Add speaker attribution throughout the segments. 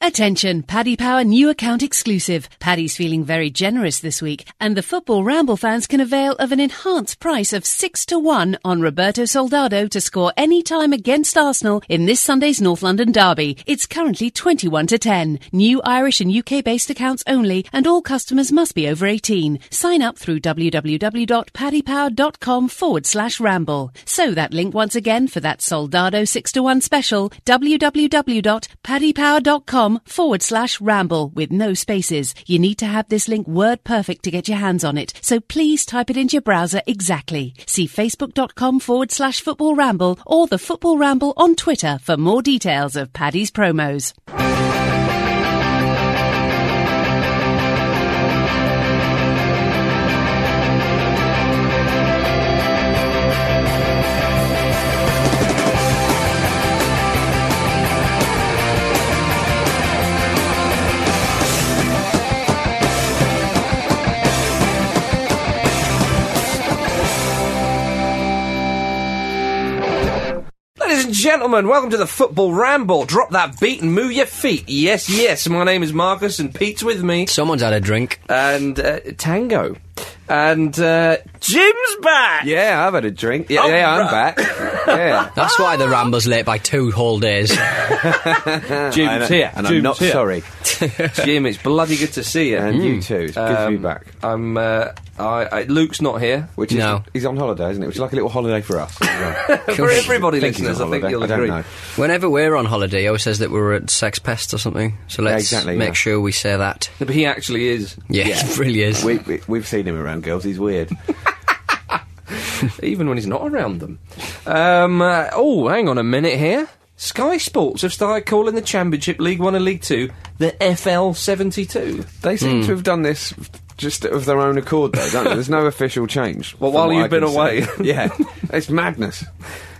Speaker 1: Attention, Paddy Power new account exclusive. Paddy's feeling very generous this week, and the Football Ramble fans can avail of an enhanced price of 6 to 1 on Roberto Soldado to score any time against Arsenal in this Sunday's North London derby. It's currently 21 to 10. New Irish and UK based accounts only, and all customers must be over 18. Sign up through www.paddypower.com forward slash ramble. So that link once again for that Soldado 6 to 1 special, www.paddypower.com forward slash ramble with no spaces. You need to have this link word perfect to get your hands on it, so please type it into your browser exactly. See facebook.com forward slash football ramble or the football ramble on Twitter for more details of Paddy's promos.
Speaker 2: Ladies and gentlemen, welcome to the Football Ramble. Drop that beat and move your feet. Yes, yes. My name is Marcus, and Pete's with me,
Speaker 3: Someone's had a drink.
Speaker 2: and uh, Tango, and uh, Jim's back. Yeah, I've had a drink. Yeah, yeah, I'm back. yeah,
Speaker 3: That's why the Ramble's late by two whole days.
Speaker 2: Jim's
Speaker 4: and, I-
Speaker 2: here,
Speaker 4: and
Speaker 2: Jim's
Speaker 4: I'm not
Speaker 2: here.
Speaker 4: sorry.
Speaker 2: Jim. It's bloody good to see you.
Speaker 4: And you too. It's good to be
Speaker 2: Um,
Speaker 4: back.
Speaker 2: I'm. Uh, I, I, Luke's not here.
Speaker 4: Which is
Speaker 3: No.
Speaker 4: he's on holiday, isn't it? Which is like a little holiday for us.
Speaker 2: For everybody
Speaker 4: I think he's
Speaker 2: listeners,
Speaker 4: on
Speaker 2: I think
Speaker 4: holiday.
Speaker 2: you'll
Speaker 4: I don't
Speaker 2: agree.
Speaker 4: know.
Speaker 3: Whenever we're on holiday, he always says that we're at Sex Pest or something. So let's
Speaker 4: exactly,
Speaker 3: make
Speaker 4: yeah.
Speaker 3: sure we say that.
Speaker 2: But he actually is.
Speaker 3: Yeah, it really is.
Speaker 4: We, we, we've seen him around girls. He's weird.
Speaker 2: even when he's not around them. Um, uh, oh, hang on a minute here. Sky Sports have started calling the Championship League One and League Two the FL seventy two.
Speaker 4: They seem
Speaker 2: Hmm.
Speaker 4: to have done this just of their own accord, though, don't they? There's no official change.
Speaker 2: Well,
Speaker 4: from
Speaker 2: while
Speaker 4: what
Speaker 2: you've
Speaker 4: I can
Speaker 2: been away.
Speaker 4: see. yeah, it's madness.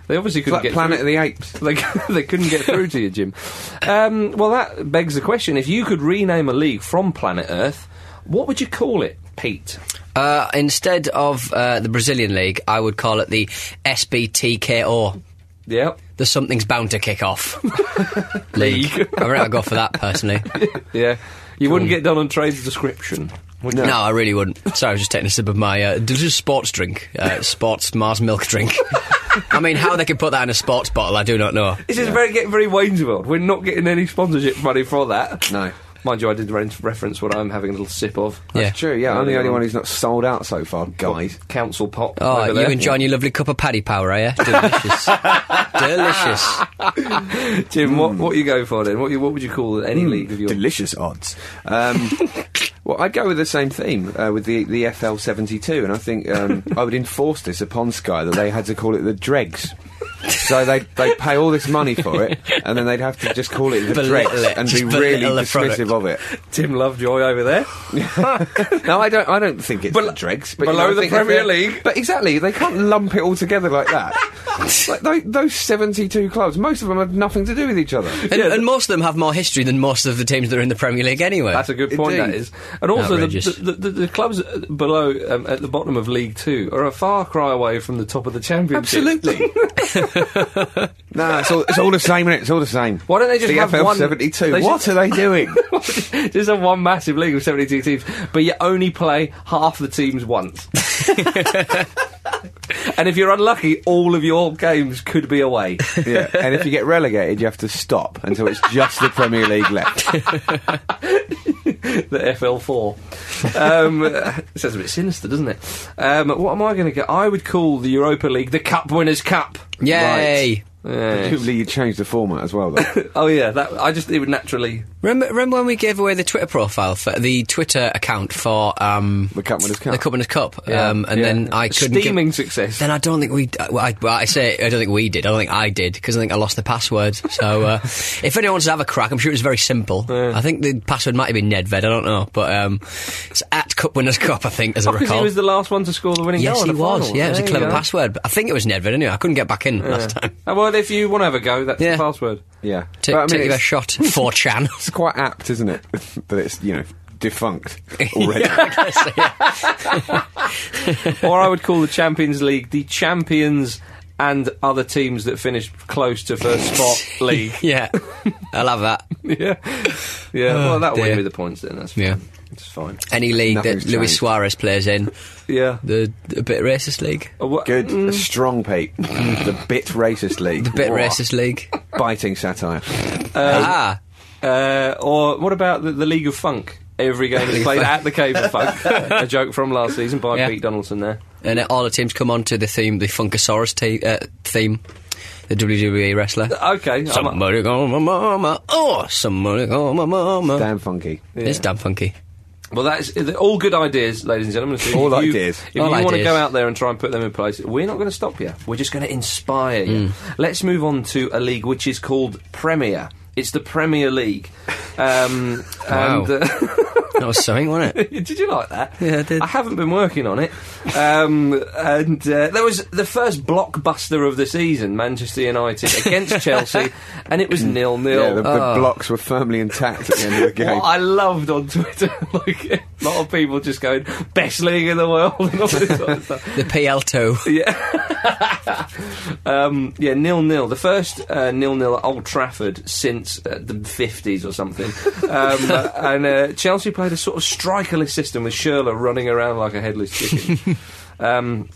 Speaker 2: They obviously
Speaker 4: It's
Speaker 2: couldn't
Speaker 4: like
Speaker 2: get
Speaker 4: Planet
Speaker 2: through.
Speaker 4: of the Apes.
Speaker 2: They, they couldn't get through to you, Jim. Um, well, that begs the question: If you could rename a league from Planet Earth, what would you call it, Pete?
Speaker 3: Uh, instead of uh, the Brazilian league, I would call it the SBTKO.
Speaker 2: Yeah,
Speaker 3: The something's bound to kick off league. I reckon I'd go for that personally.
Speaker 2: yeah. You wouldn't get done on Trey's description. would you?
Speaker 3: No, I really wouldn't. Sorry, I was just taking a sip of my uh, delicious sports drink, uh, sports Mars milk drink. I mean, how they could put that in a sports bottle, I do not know.
Speaker 2: This is very getting very Wayne's World. We're not getting any sponsorship money for that.
Speaker 4: No.
Speaker 2: Mind you, I did re- reference what I'm having a little sip of.
Speaker 3: Yeah.
Speaker 4: True. Yeah, I'm the only one who's not sold out so far, guys.
Speaker 2: council pot.
Speaker 3: Oh,
Speaker 2: over
Speaker 3: you
Speaker 2: there.
Speaker 3: enjoying your lovely cup of paddy power, are you? Delicious. Delicious.
Speaker 2: Jim,
Speaker 3: Mm.
Speaker 2: what, what you go for then? What, you, what would you call any league of your?
Speaker 4: Delicious odds. Um, well, I'd go with the same theme uh, with the the FL seventy two, and I think um, I would enforce this upon Sky that they had to call it the Dregs. so they they pay all this money for it, and then they'd have to just call it the
Speaker 3: Belittle
Speaker 4: Dregs
Speaker 3: it,
Speaker 4: and
Speaker 3: just
Speaker 4: be really
Speaker 3: belittle the product.
Speaker 4: dismissive of it.
Speaker 2: Tim Lovejoy over there.
Speaker 4: No, I don't. I don't think it's
Speaker 2: Bel-
Speaker 4: the Dregs. But
Speaker 2: below
Speaker 4: you know, I
Speaker 2: the
Speaker 4: think if
Speaker 2: Premier
Speaker 4: they're-
Speaker 2: League.
Speaker 4: But exactly, they can't lump it all together like that. like those, those seventy-two clubs, most of them have nothing to do with each other.
Speaker 3: And, and most of them have more history than most of the teams that are in the Premier League anyway.
Speaker 2: That's a good point.
Speaker 4: Indeed.
Speaker 2: That is, and also the,
Speaker 3: Outrageous.
Speaker 2: the, the, the clubs uh, below um, at the bottom of League Two are a far cry away from the top of the Championship.
Speaker 4: Absolutely. no, it's all, it's all the same, innit? It's all the same.
Speaker 2: Why don't they just
Speaker 4: the
Speaker 2: have
Speaker 4: FL
Speaker 2: one-
Speaker 4: 72.
Speaker 2: they
Speaker 4: what
Speaker 2: should-
Speaker 4: are they doing?
Speaker 2: Just a one massive league of seventy-two teams, but you only play half the teams once. and if you're unlucky, all of your games could be away.
Speaker 4: yeah. And if you get relegated, you have to stop until it's just the Premier League left.
Speaker 2: the FL4. Um, it sounds a bit sinister, doesn't it? Um, what am I going to get? I would call the Europa League the Cup Winners' Cup.
Speaker 3: Yay!
Speaker 2: Yeah.
Speaker 4: Presumably, you changed the format as well, though.
Speaker 2: oh yeah, that I just it would naturally
Speaker 3: Remember, remember when we gave away the Twitter profile for the Twitter account for um,
Speaker 4: The Cup Winners' Cup.
Speaker 3: the Cup Winners' Cup, um, and
Speaker 2: uh, Yeah.
Speaker 3: then I couldn't.
Speaker 2: steaming
Speaker 3: give-
Speaker 2: success.
Speaker 3: then I don't think we. d- Well, I, well, I say I don't think we did. I don't think I did because I think I lost the password. So uh, if anyone wants to have a crack, I'm sure it's very simple. I think the password might have been Nedved. I don't know, but um, it's at Cup Winners' Cup. I think as I
Speaker 2: Because he
Speaker 3: recall.
Speaker 2: was the last one to score the winning
Speaker 3: yes,
Speaker 2: goal.
Speaker 3: he
Speaker 2: in the
Speaker 3: was.
Speaker 2: final.
Speaker 3: Yeah, it was a
Speaker 2: There you
Speaker 3: clever
Speaker 2: go.
Speaker 3: password. But I think it was Nedved anyway. I couldn't get back in last time.
Speaker 2: Oh, well, if you want to have a go, that's
Speaker 3: Yeah.
Speaker 2: the password.
Speaker 4: Yeah.
Speaker 3: Take,
Speaker 4: But, I
Speaker 3: take
Speaker 4: mean,
Speaker 3: your best
Speaker 4: it's,
Speaker 3: shot, four chan.
Speaker 4: it's quite apt, isn't it? that it's, you know, defunct already.
Speaker 2: or I would call the Champions League the champions and other teams that finished close to first spot league.
Speaker 3: yeah, I love that.
Speaker 2: Yeah, yeah. well, that
Speaker 3: Oh, dear.
Speaker 2: win me the points then. That's fine.
Speaker 3: Yeah.
Speaker 2: it's fine.
Speaker 3: Any league
Speaker 4: Nothing's
Speaker 3: that Luis
Speaker 4: changed.
Speaker 3: Suarez plays in,
Speaker 2: Yeah.
Speaker 3: the, the bit racist league,
Speaker 2: Uh, wha-
Speaker 4: Good,
Speaker 2: Mm,
Speaker 4: strong, Pete. the bit racist league. The
Speaker 3: bit racist league.
Speaker 4: Biting satire.
Speaker 3: ah,
Speaker 2: Uh, or what about the, the League of Funk? Every game is played at the Cave of Funk. a joke from last season by
Speaker 3: Yeah.
Speaker 2: Pete Donaldson there.
Speaker 3: and all the teams come on to the theme, the Funkasaurus te- uh, theme, the WWE wrestler.
Speaker 2: Okay. I'm-
Speaker 3: Somebody call my mama. Oh, somebody call my mama.
Speaker 4: Damn funky.
Speaker 3: It's damn funky.
Speaker 2: Well, that's uh, all good ideas, ladies and gentlemen. So if
Speaker 4: All
Speaker 2: you-
Speaker 4: ideas.
Speaker 2: If
Speaker 3: All
Speaker 2: you want to
Speaker 3: ideas.
Speaker 2: go out there and try and put them in place, we're not going to stop you. We're just going to inspire
Speaker 3: Mm.
Speaker 2: you. Let's move on to a league which is called Premier. It's the Premier League. Um,
Speaker 3: Wow.
Speaker 2: And, uh,
Speaker 3: That was something, wasn't it?
Speaker 2: did you like that?
Speaker 3: Yeah, I did.
Speaker 2: I haven't been working on it. Um, and uh, there was the first blockbuster of the season, Manchester United against Chelsea, and it was nil nil.
Speaker 4: Yeah, the, the blocks were firmly intact at the end of the game.
Speaker 2: What I loved on Twitter, like a lot of people just going best league in the world and all this sort of stuff.
Speaker 3: The PL2.
Speaker 2: Um, yeah, nil nil. The first uh, nil nil at Old Trafford since uh, the fifties or something. Um, uh, and uh, Chelsea played a sort of strikerless system with Schürrle running around like a headless chicken. um,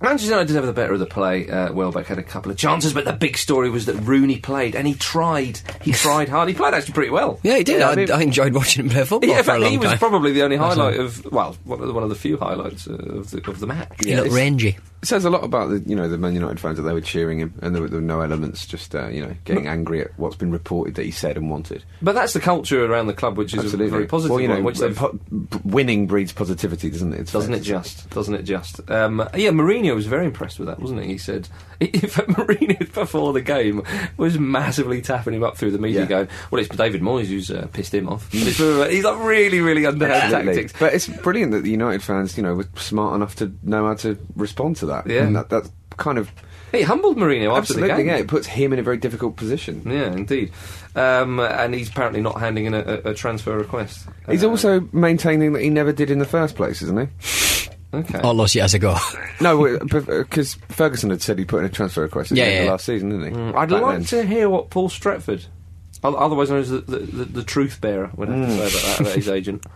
Speaker 2: Manchester United did have the better of the play. Uh, Welbeck had a couple of chances, but the big story was that Rooney played and he tried. He tried hard. He played actually pretty well.
Speaker 3: Yeah, he did.
Speaker 2: Yeah,
Speaker 3: I,
Speaker 2: I mean-
Speaker 3: I enjoyed watching him play football
Speaker 2: Yeah, in
Speaker 3: for a
Speaker 2: fact,
Speaker 3: long
Speaker 2: he was
Speaker 3: time.
Speaker 2: probably the only highlight of well, one of the, one of the few highlights uh, of the of the match.
Speaker 3: he looked rangy.
Speaker 4: It says a lot about the you know the Man United fans that they were cheering him, and there were, there were no elements, just uh, you know getting angry at what's been reported that he said and wanted.
Speaker 2: But that's the culture around the club, which is
Speaker 4: Absolutely,
Speaker 2: a very positive
Speaker 4: Well, you know, uh,
Speaker 2: one, which they've
Speaker 4: po- b- winning breeds positivity, doesn't it? It's
Speaker 2: Doesn't
Speaker 4: fair
Speaker 2: it
Speaker 4: to say.
Speaker 2: just? Doesn't it just? Um, yeah, Mourinho was very impressed with that, wasn't he? He said, in fact, Mourinho before the game was massively tapping him up through the media,
Speaker 4: Yeah. Mm.
Speaker 2: going, "Well, it's David Moyes who's uh, pissed him off." uh, He's like really, really underhand
Speaker 4: Absolutely.
Speaker 2: tactics.
Speaker 4: But it's brilliant that the United fans, you know, were smart enough to know how to respond to that.
Speaker 2: Yeah.
Speaker 4: and that, that's kind of
Speaker 2: He humbled Mourinho after the
Speaker 4: absolutely
Speaker 2: game.
Speaker 4: yeah. It puts him in a very difficult position.
Speaker 2: Yeah, indeed. Um, and he's apparently not handing in a, a, a transfer request.
Speaker 4: He's
Speaker 2: Uh,
Speaker 4: also maintaining that he never did in the first place, isn't he? Oh,
Speaker 2: okay.
Speaker 3: All those years ago.
Speaker 4: No, because Ferguson had said he put in a transfer request at
Speaker 3: Yeah,
Speaker 4: the end of
Speaker 3: yeah.
Speaker 4: last season, didn't he?
Speaker 2: Mm. I'd
Speaker 4: Back
Speaker 2: like
Speaker 4: then.
Speaker 2: to hear what Paul Stretford, o- otherwise known as the, the, the, the truth bearer, would
Speaker 3: Hmm.
Speaker 2: have to say about that, about his agent.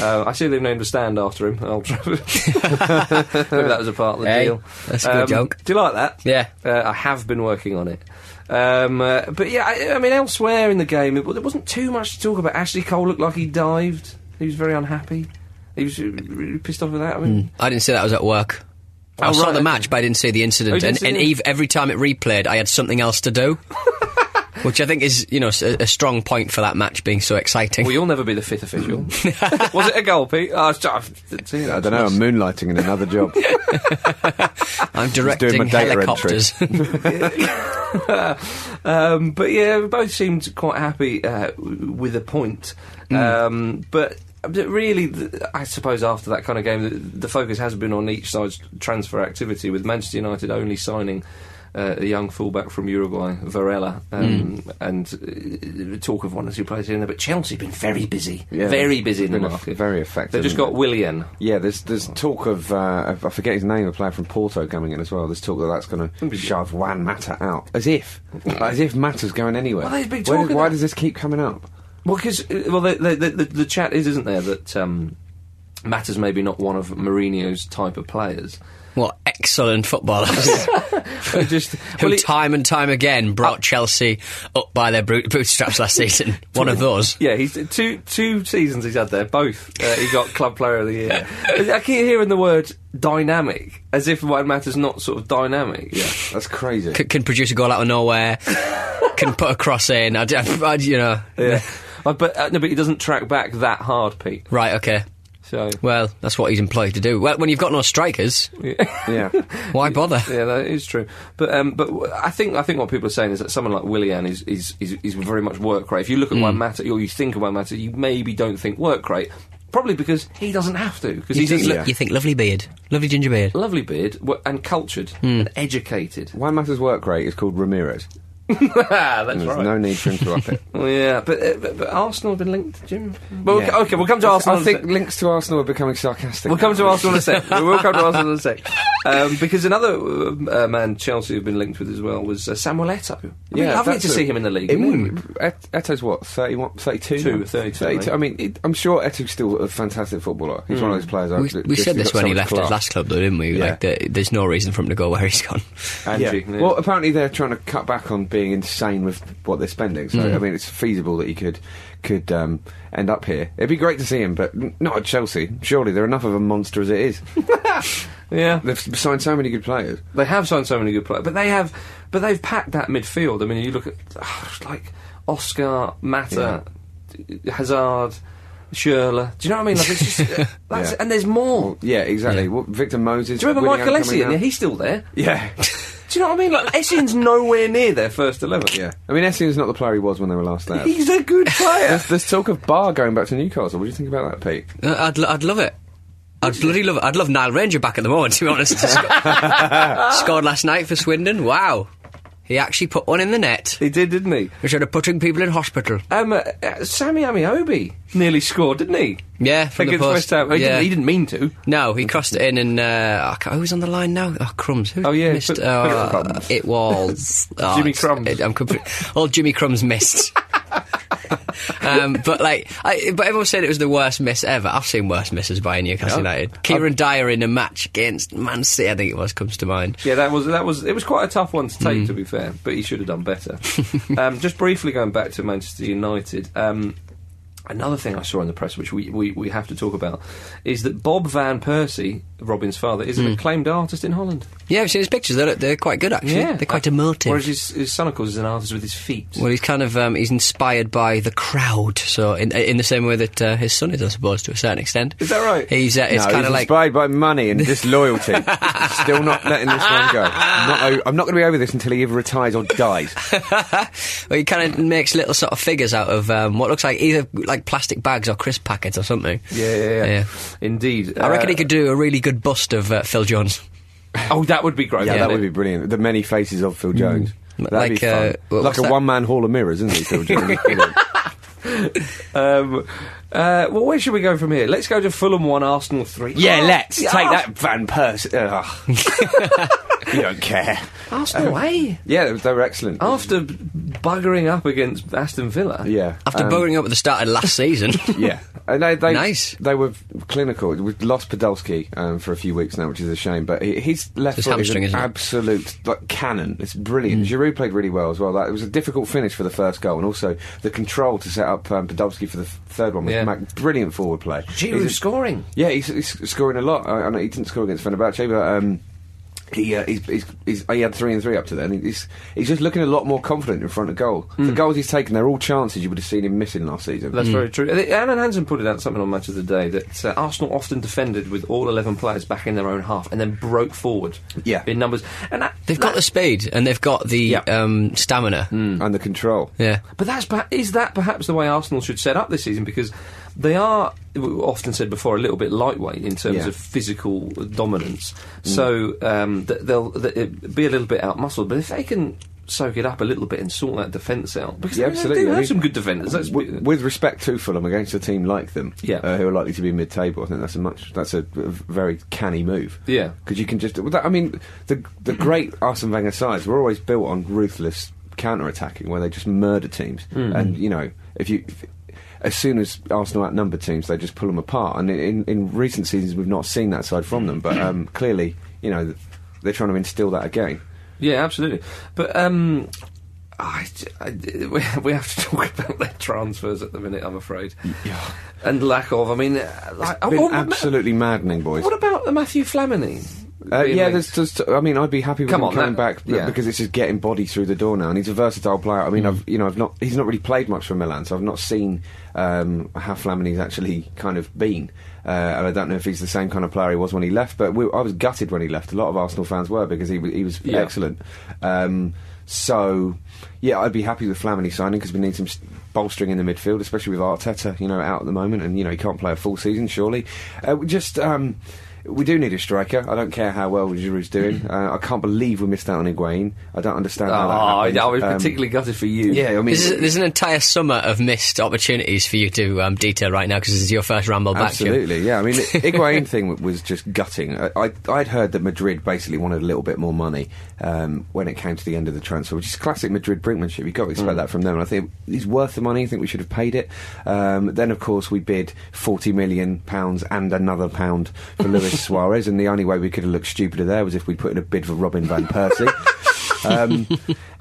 Speaker 2: Uh, I see they've named a stand after him, Old Trafford. Maybe that was a part of the
Speaker 3: Hey,
Speaker 2: deal. Um,
Speaker 3: that's a good joke.
Speaker 2: Do you like that?
Speaker 3: Yeah.
Speaker 2: Uh, I have been working on it. Um, uh, but yeah, I, I mean, elsewhere in the game, it, there wasn't too much to talk about. Ashley Cole looked like he dived. He was very unhappy. He was uh, really pissed off with that. I mean,
Speaker 3: I didn't see that. I was at work. I
Speaker 2: Oh,
Speaker 3: saw
Speaker 2: right,
Speaker 3: the
Speaker 2: okay.
Speaker 3: match, but I didn't see
Speaker 2: Oh,
Speaker 3: the
Speaker 2: you
Speaker 3: incident.
Speaker 2: didn't
Speaker 3: and
Speaker 2: see
Speaker 3: and
Speaker 2: the-
Speaker 3: Eve, every time it replayed, I had something else to do, which I think is, you know, s- a, a strong point for that match being so exciting.
Speaker 2: well, you'll never be the fifth official. was it a goal, Pete? Oh, I've, I've seen that.
Speaker 4: I don't know. I'm moonlighting in another job.
Speaker 3: I'm directing
Speaker 4: my data entry.
Speaker 3: helicopters.
Speaker 2: Um, but yeah, we both seemed quite happy uh, w- with a point.
Speaker 4: Mm.
Speaker 2: Um, but but really, th- I suppose after that kind of game, the, the focus has been on each side's transfer activity, with Manchester United only signing. Uh, a young fullback from Uruguay, Varela, um,
Speaker 4: Mm.
Speaker 2: and uh, talk of one or two players here and there. But Chelsea have been very busy,
Speaker 4: Yeah,
Speaker 2: very busy in
Speaker 4: they've
Speaker 2: the
Speaker 4: been eff-
Speaker 2: market,
Speaker 4: very effective,
Speaker 2: They've just got
Speaker 4: haven't
Speaker 2: Willian.
Speaker 4: Yeah, there's there's talk of uh, I forget his name, a player from Porto coming in as well. There's talk that that's going to shove Juan Mata out, as if as if Mata's going anywhere.
Speaker 2: Well, there's big
Speaker 4: Where
Speaker 2: talk
Speaker 4: does-
Speaker 2: of
Speaker 4: why
Speaker 2: that.
Speaker 4: does this keep coming up?
Speaker 2: Well, because well, the, the, the, the chat is, isn't there, that um, Matters maybe not one of Mourinho's type of players.
Speaker 3: what excellent footballers
Speaker 2: But just
Speaker 3: who,
Speaker 2: well, Uh, he-
Speaker 3: time and time again, brought Chelsea up by their boot- bootstraps last season. One of those.
Speaker 2: Yeah, he's two two seasons he's had there. Both uh, he got club player of the year. I keep hearing the word dynamic as if White Matter's not sort of dynamic. Yeah.
Speaker 4: That's crazy.
Speaker 3: C- can produce a goal out of nowhere. can put a cross in. I, d- I- you know,
Speaker 2: Yeah. Uh, but uh, no, but he doesn't track back that hard, Pete.
Speaker 3: Right, okay.
Speaker 2: So
Speaker 3: Well, that's what he's employed to do. Well, when you've got no strikers,
Speaker 4: Yeah.
Speaker 3: why bother?
Speaker 2: Yeah, that is true. But um, but w- I think I think what people are saying is that someone like Willian is is, is, is very much work rate. If you look at
Speaker 4: Hmm.
Speaker 2: one matter or you think of one matter, you maybe don't think work rate. Probably because he doesn't have to because
Speaker 3: You,
Speaker 2: he's
Speaker 3: think,
Speaker 2: just
Speaker 4: yeah.
Speaker 3: you think lovely beard, lovely ginger beard.
Speaker 2: lovely beard w- and cultured
Speaker 4: Hmm.
Speaker 2: and educated.
Speaker 4: Why Matters work rate is called Ramirez.
Speaker 2: Ah, That's
Speaker 4: And there's
Speaker 2: right.
Speaker 4: no need for him to up it.
Speaker 2: Well, yeah, but, uh, but but Arsenal have been linked to Jim. But we'll,
Speaker 4: Yeah.
Speaker 2: okay, we'll come to Arsenal.
Speaker 4: I
Speaker 2: in a
Speaker 4: think
Speaker 2: sec.
Speaker 4: links to Arsenal are becoming sarcastic.
Speaker 2: We'll
Speaker 4: now.
Speaker 2: come to Arsenal in a sec. We will come to Arsenal in a sec. Um, because another uh, uh, man Chelsea have been linked with as well was uh, Samuel Eto'o. Yeah, lovely
Speaker 4: that's
Speaker 2: to
Speaker 4: a-
Speaker 2: see him in the league.
Speaker 4: It
Speaker 2: isn't it?
Speaker 4: would- Et- Eto's what, 31, 32?
Speaker 2: Two,
Speaker 4: now?
Speaker 2: 32,
Speaker 4: I mean, it, I'm sure Eto's still a fantastic footballer.
Speaker 2: Hmm.
Speaker 4: He's one of those players. I-
Speaker 3: We,
Speaker 4: that
Speaker 3: we
Speaker 4: just
Speaker 3: said
Speaker 4: has
Speaker 3: this when
Speaker 4: got so
Speaker 3: he
Speaker 4: much
Speaker 3: left
Speaker 4: class.
Speaker 3: his last club, though, didn't we?
Speaker 4: Yeah.
Speaker 3: Like, the, there's no reason for him to go where he's gone.
Speaker 2: Angie.
Speaker 4: Yeah. Well, apparently they're trying to cut back on being insane with what they're spending. So
Speaker 3: Hmm.
Speaker 4: I mean, it's feasible that he could could um, end up here. It'd be great to see him, but n- not at Chelsea. Surely they're enough of a monster as it is.
Speaker 2: yeah.
Speaker 4: They've s- signed so many good players.
Speaker 2: They have signed so many good players, but they have, but they've packed that midfield. I mean, you look at it's like Oscar, Mata, Hazard, Schürrle. Do you know what I mean? Like it's just uh, that's,
Speaker 4: Yeah.
Speaker 2: and there's more.
Speaker 4: Well, yeah, exactly. Well, Victor Moses.
Speaker 2: Do you remember
Speaker 4: Willian
Speaker 2: Michael
Speaker 4: coming
Speaker 2: Essien?
Speaker 4: out.
Speaker 2: Yeah, he's still there.
Speaker 4: Yeah.
Speaker 2: Do you know what I mean? Like Essien's nowhere near their first eleven.
Speaker 4: yeah. I mean, Essien's not the player he was when they were last there.
Speaker 2: he's a good player.
Speaker 4: there's, there's talk of Bar going back to Newcastle. What do you think about that, Pete?
Speaker 3: Uh, I'd, lo- I'd love it. I'd bloody love it. I'd love Niall Ranger back at the moment, to be honest. Sco- Scored last night for Swindon. Wow. He actually put one in the net,
Speaker 2: he did, didn't he?
Speaker 3: which are putting people in hospital.
Speaker 2: Um, uh, uh, Sammy Amiobi nearly scored, didn't he?
Speaker 3: Yeah, from the
Speaker 2: Against
Speaker 3: post.
Speaker 2: West Ham. He,
Speaker 3: Yeah.
Speaker 2: didn't, he didn't mean to.
Speaker 3: No, he crossed it in and uh, I ca- who was on the line now? Oh, Crumbs. Who
Speaker 2: Oh, yeah,
Speaker 3: missed?
Speaker 2: put- put
Speaker 3: uh,
Speaker 2: it on Crumbs.
Speaker 3: it was oh,
Speaker 2: Jimmy
Speaker 3: it's-
Speaker 2: Crumbs.
Speaker 3: It, I'm compl- old Jimmy Crumbs missed. um, but like, I, but everyone said it was the worst miss ever. I've seen worse misses by Newcastle United. Kieran Dyer in a match against Man City, I think it was, comes to mind.
Speaker 2: Yeah, that was that was it was quite a tough one to take, to be fair. But he should have done better. um, just briefly going back to Manchester United. Um, Another thing I saw in the press, which we, we, we have to talk about, is that Bob Van Persie, Robin's father, is an acclaimed artist in Holland.
Speaker 3: Yeah, I've seen his pictures. They're, they're quite good actually. they're quite emotive.
Speaker 2: Whereas his, his son, of course, is an artist with his feet.
Speaker 3: well, he's kind of um, he's inspired by the crowd, so in in the same way that uh, his son is, I suppose, to a certain extent.
Speaker 2: Is that right?
Speaker 3: He's uh, it's
Speaker 4: no,
Speaker 3: kind
Speaker 4: he's
Speaker 3: of like
Speaker 4: inspired by money and disloyalty. Still not letting this one go. I'm not, o- I'm not going to be over this until he either retires or dies.
Speaker 3: well, he kind of makes little sort of figures out of um, what looks like either like plastic bags or crisp packets or something.
Speaker 2: yeah, yeah, yeah,
Speaker 3: Yeah.
Speaker 2: Indeed.
Speaker 3: I reckon
Speaker 2: Uh,
Speaker 3: he could do a really good bust of uh, Phil Jones.
Speaker 2: Oh, that would be great.
Speaker 4: Yeah,
Speaker 2: wouldn't
Speaker 4: that would
Speaker 2: it?
Speaker 4: be brilliant. The many faces of Phil Jones.
Speaker 3: Mm.
Speaker 4: That'd
Speaker 3: Like,
Speaker 4: be fun.
Speaker 3: uh, what-
Speaker 4: like
Speaker 3: what's
Speaker 4: a
Speaker 3: that?
Speaker 4: one-man hall of mirrors, isn't he, Phil Jones? Brilliant.
Speaker 2: Um, uh, well, where should we go from here? Let's go to Fulham 1, Arsenal 3.
Speaker 4: yeah, let's
Speaker 2: Yeah,
Speaker 4: take
Speaker 2: Ars-
Speaker 4: that Van Persie. Ugh. you don't care.
Speaker 2: Arsenal, eh?
Speaker 4: Yeah, they were- they were excellent.
Speaker 2: After buggering up against Aston Villa.
Speaker 4: yeah,
Speaker 3: After
Speaker 4: um,
Speaker 3: bowling up at the start of last season,
Speaker 4: Yeah, and they, they
Speaker 3: Nice.
Speaker 4: They were clinical. We lost Podolski um, for a few weeks now, which is a shame. But he, his left
Speaker 3: It's
Speaker 4: foot
Speaker 3: hamstring,
Speaker 4: is
Speaker 3: isn't
Speaker 4: an
Speaker 3: it? Mm.
Speaker 4: absolute like cannon. It's brilliant. Giroud played really well as well. That it was a difficult finish for the first goal, and also the control to set up um, Podolski for the f- third one. Was
Speaker 2: Yeah.
Speaker 4: Mac- brilliant forward play.
Speaker 2: Giroud
Speaker 4: He's a-
Speaker 2: scoring.
Speaker 4: Yeah, he's, he's scoring a lot. I, I know he didn't score against Fenerbahce, but um, he, uh, he's, he's, he's, he had three and three up to then. He's, he's just looking a lot more confident in front of goal.
Speaker 3: Mm.
Speaker 4: The goals he's taken, they're all chances you would have seen him missing last season.
Speaker 2: That's very true. I think Alan Hansen put it out something on Match of the Day that uh, Arsenal often defended with all 11 players back in their own half and then broke forward
Speaker 4: Yeah.
Speaker 2: in numbers. And that,
Speaker 3: they've got the speed and they've got the
Speaker 4: Yeah. Hmm.
Speaker 3: um, stamina.
Speaker 2: Hmm.
Speaker 4: and the control.
Speaker 3: Yeah.
Speaker 2: But that's perha- is that perhaps the way Arsenal should set up this season because they are w- often said before a little bit lightweight in terms
Speaker 4: Yeah. Mm.
Speaker 2: of physical dominance. So um, th- they'll th- it'd be a little bit outmuscled, but if they can soak it up a little bit and sort that defence out because
Speaker 4: Yeah,
Speaker 2: they
Speaker 4: absolutely.
Speaker 2: do
Speaker 4: I
Speaker 2: have
Speaker 4: mean,
Speaker 2: some good defenders. That's
Speaker 4: Wi- with respect to Fulham against a team like them,
Speaker 2: Yeah.
Speaker 4: uh, who are likely to be mid-table, I think that's a much that's a, a very canny move.
Speaker 2: Yeah.
Speaker 4: because you can just. well, that- I mean, the the great Arsene Wenger sides were always built on ruthless counter-attacking, where they just murder teams.
Speaker 2: Hmm.
Speaker 4: And you know, if you if, as soon as Arsenal outnumber teams, they just pull them apart. And in in recent seasons, we've not seen that side from them. But um, clearly, you know, they're trying to instill that again.
Speaker 2: yeah, absolutely. But um, I, I- we we have to talk about their transfers at the minute, I'm afraid, and lack of. I mean, uh, like,
Speaker 4: Been
Speaker 2: oh, what-
Speaker 4: absolutely maddening, boys.
Speaker 2: What about the Matthew Flamini?
Speaker 4: Uh,
Speaker 2: being
Speaker 4: yeah,
Speaker 2: linked?
Speaker 4: there's just. I mean, I'd be happy with
Speaker 2: Come
Speaker 4: him
Speaker 2: on,
Speaker 4: coming
Speaker 2: that-
Speaker 4: back b-
Speaker 2: yeah. Hmm.
Speaker 4: because it's just getting body through the door now, and he's a versatile player. I mean, I've you know, I've not. He's not really played much for Milan, so I've not seen um, how Flamini's actually kind of been, uh, and I don't know if he's the same kind of player he was when he left. But we, I was gutted when he left. A lot of Arsenal fans were because he wa- he was
Speaker 2: Yeah.
Speaker 4: excellent. Um, so, yeah, I'd be happy with Flamini signing because we need some s- bolstering in the midfield, especially with Arteta, you know, out at the moment, and you know he can't play a full season surely. Uh, we just. Um, we do need a striker. I don't care how well Giroud's doing. Uh, I can't believe we missed out on Higuain. I don't understand
Speaker 2: Oh,
Speaker 4: how that happened.
Speaker 2: I was
Speaker 4: Um,
Speaker 2: particularly gutted for you.
Speaker 4: Yeah, I mean,
Speaker 3: There's, there's an entire summer of missed opportunities for you to um, detail right now because this is your first ramble back. Jim.
Speaker 4: Absolutely, yeah. I mean, the Higuain thing w- was just gutting. I, I, I'd heard that Madrid basically wanted a little bit more money um, when it came to the end of the transfer, which is classic Madrid brinkmanship. You've got to expect that from them. And I think he's worth the money. I think we should have paid it. Um, then, of course, we bid forty million pounds and another pound for Luis Suarez, and the only way we could have looked stupider there was if we put in a bid for Robin van Persie. um,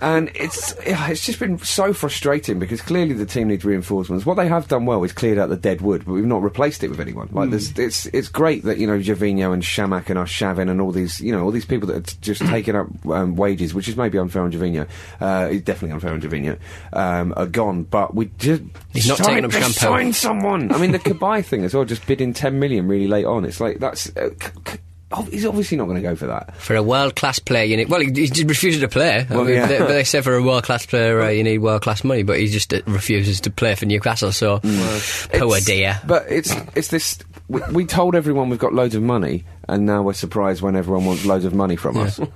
Speaker 4: and it's yeah, it's just been so frustrating because clearly the team needs reinforcements. What they have done well is cleared out the dead wood, but we've not replaced it with anyone. Like there's,
Speaker 3: Hmm.
Speaker 4: it's it's great that you know Javinho and Shamak and Arshavin and all these you know all these people that are t- just
Speaker 3: Hmm.
Speaker 4: taking up um, wages, which is maybe unfair on Javinho. Uh, it's definitely unfair on Javinho. Um, are gone, but we just
Speaker 3: He's not
Speaker 4: sign-
Speaker 3: taking up
Speaker 4: just
Speaker 3: shampoo.
Speaker 4: sign someone. I mean the Kabay thing as well, just bidding ten million really late on. It's like that's. Uh, c- c- oh, He's obviously not going to go for that.
Speaker 3: For a world class player, you need. Well, he, he just refuses to play. I
Speaker 4: Well,
Speaker 3: mean,
Speaker 4: yeah.
Speaker 3: they, but they say for a world class player, uh, you need world class money, but he just uh, refuses to play for Newcastle, so
Speaker 4: Mm.
Speaker 3: poor
Speaker 4: It's-
Speaker 3: dear.
Speaker 4: But it's it's this. We, we told everyone we've got loads of money, and now we're surprised when everyone wants loads of money from us.
Speaker 3: Going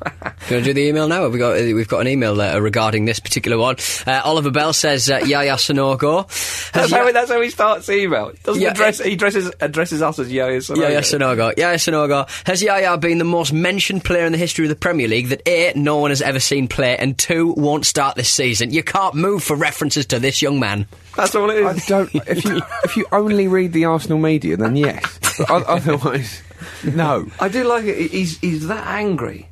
Speaker 3: to do the email now? Have we got, uh, we've got an email uh, regarding this particular one. Uh, Oliver Bell says, uh, Yaya Sonogo. Has
Speaker 2: That's how,
Speaker 3: Ya-
Speaker 2: he, that's how he starts the email. Doesn't
Speaker 3: Yeah,
Speaker 2: address, he dresses addresses us as Yaya Sanogo.
Speaker 3: Yaya Sonogo. Yaya Sonogo. Has Yaya been the most mentioned player in the history of the Premier League that A, no one has ever seen play, and two, won't start this season? You can't move for references to this young man.
Speaker 2: That's all it
Speaker 4: I
Speaker 2: is.
Speaker 4: don't. If you if you only read the Arsenal media, then yes. But o- otherwise, no.
Speaker 2: I do like it. He's he's that angry.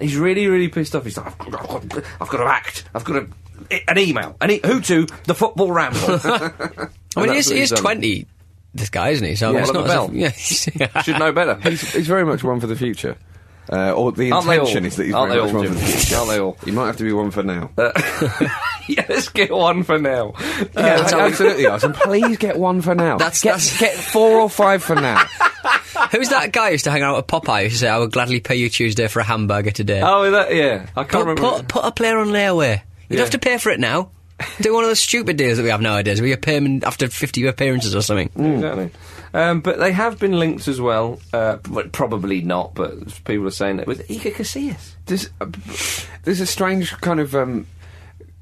Speaker 2: He's really really pissed off. He's like, I've got, I've got, I've got to act. I've got to an email. An e- who to the football ramble?
Speaker 3: I mean, he
Speaker 2: that's
Speaker 3: is,
Speaker 2: what
Speaker 3: he
Speaker 2: he's
Speaker 3: is
Speaker 2: done.
Speaker 3: 20, this guy, isn't he? So
Speaker 2: Yeah,
Speaker 3: it's
Speaker 2: Oliver
Speaker 3: not
Speaker 2: Bell.
Speaker 3: as if- yeah.
Speaker 2: Should know better.
Speaker 4: He's, he's very much one for the future. Uh, or the
Speaker 2: Aren't they all?
Speaker 4: intention is that he's
Speaker 2: Aren't
Speaker 4: very
Speaker 2: they
Speaker 4: much
Speaker 2: all,
Speaker 4: one for the
Speaker 2: Jim?
Speaker 4: future.
Speaker 2: Aren't they all?
Speaker 4: You might have to be one for now.
Speaker 2: Uh, yeah, let's get one for now.
Speaker 4: yeah,
Speaker 2: Uh,
Speaker 4: absolutely, Arsene. Please get one for now.
Speaker 3: That's-
Speaker 4: get,
Speaker 3: that's-
Speaker 4: get four or five for now.
Speaker 3: Who's that guy who used to hang out at Popeye who said, I would gladly pay you Tuesday for a hamburger today?
Speaker 2: oh, that, yeah. I can't
Speaker 3: put,
Speaker 2: remember.
Speaker 3: put, put a player on layaway. You
Speaker 2: Yeah.
Speaker 3: don't have to pay for it now. Do one of those stupid deals that we have nowadays where you pay him after 50 appearances or something.
Speaker 2: Exactly. Um, but they have been linked as well. Uh, but probably not, but people are saying that with Iker Casillas.
Speaker 4: There's, uh, there's a strange kind of. Um,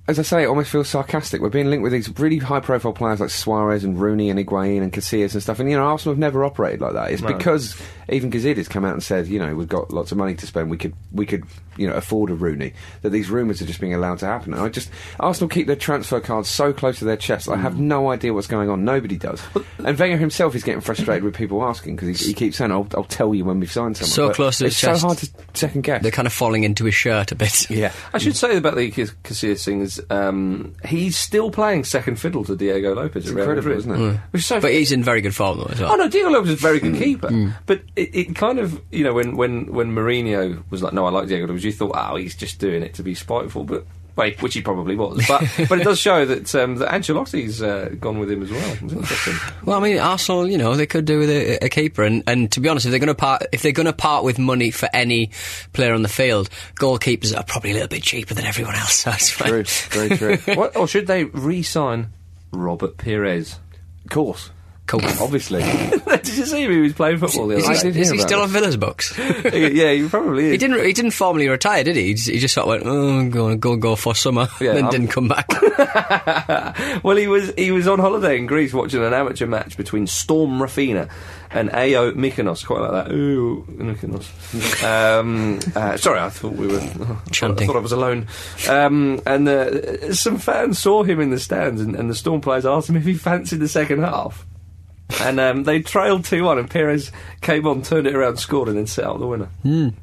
Speaker 4: as I say, it almost feels sarcastic. We're being linked with these really high-profile players like Suarez and Rooney and Higuain and Casillas and stuff, and you know Arsenal have never operated like that. It's because even Gazidis come out and said, you know, we've got lots of money to spend, we could, we could, you know, afford a Rooney. That these rumours are just being allowed to happen. And I just Arsenal keep their transfer cards so close to their chest. I
Speaker 3: Mm.
Speaker 4: have no idea what's going on. Nobody does. And Wenger himself is getting frustrated with people asking because he, he keeps saying, "I'll, I'll tell you when we've signed someone."
Speaker 3: So
Speaker 4: But
Speaker 3: close to his
Speaker 4: it's
Speaker 3: chest.
Speaker 4: so hard to second guess.
Speaker 3: They're kind of falling into his shirt a bit.
Speaker 4: Yeah.
Speaker 2: I should say about the Cas- Casillas thing is um, he's still playing second fiddle to Diego Lopez. It's
Speaker 4: incredible,
Speaker 2: Madrid,
Speaker 4: isn't it? Mm.
Speaker 2: Which is so
Speaker 3: But Mm. he's in very good form, though, as well.
Speaker 2: Oh no, Diego Lopez is a very good keeper, but it, it kind of you know when when when Mourinho was like, no, I like Diego Lopez. You thought, oh, he's just doing it to be spiteful, but wait, which he probably was. But but it does show that um, that Ancelotti's uh, gone with him as well. It's interesting.
Speaker 3: Well, I mean, Arsenal, you know, they could do with a, a keeper, and, and to be honest, if they're going to part, if they're going to part with money for any player on the field, goalkeepers are probably a little bit cheaper than everyone else. So it's fine.
Speaker 4: True, very true. of
Speaker 2: what, or should they re-sign Robert Pires?
Speaker 4: course,
Speaker 3: Cool.
Speaker 4: obviously.
Speaker 2: Did you see him? He was playing football the
Speaker 3: Is
Speaker 2: other
Speaker 4: I
Speaker 3: he, is
Speaker 4: did hear
Speaker 3: he
Speaker 4: about
Speaker 3: still
Speaker 4: it.
Speaker 3: on Villa's books?
Speaker 2: day. yeah, he probably is.
Speaker 3: He didn't. He didn't formally retire, did he? He just, he just sort of went, "Oh, I'm going to go go for summer,"
Speaker 2: Yeah,
Speaker 3: and then
Speaker 2: I'm-
Speaker 3: didn't come back.
Speaker 2: well, he was he was on holiday in Greece watching an amateur match between Storm Rafina and AO Mykonos. Quite like that. Ooh, Mykonos. um, uh, sorry, I thought we were
Speaker 3: Chanting.
Speaker 2: I thought I was alone. Um, and uh, some fans saw him in the stands, and, and the Storm players asked him if he fancied the second half. And um, they trailed 2 1, and Perez came on, turned it around, scored, and then set out the winner.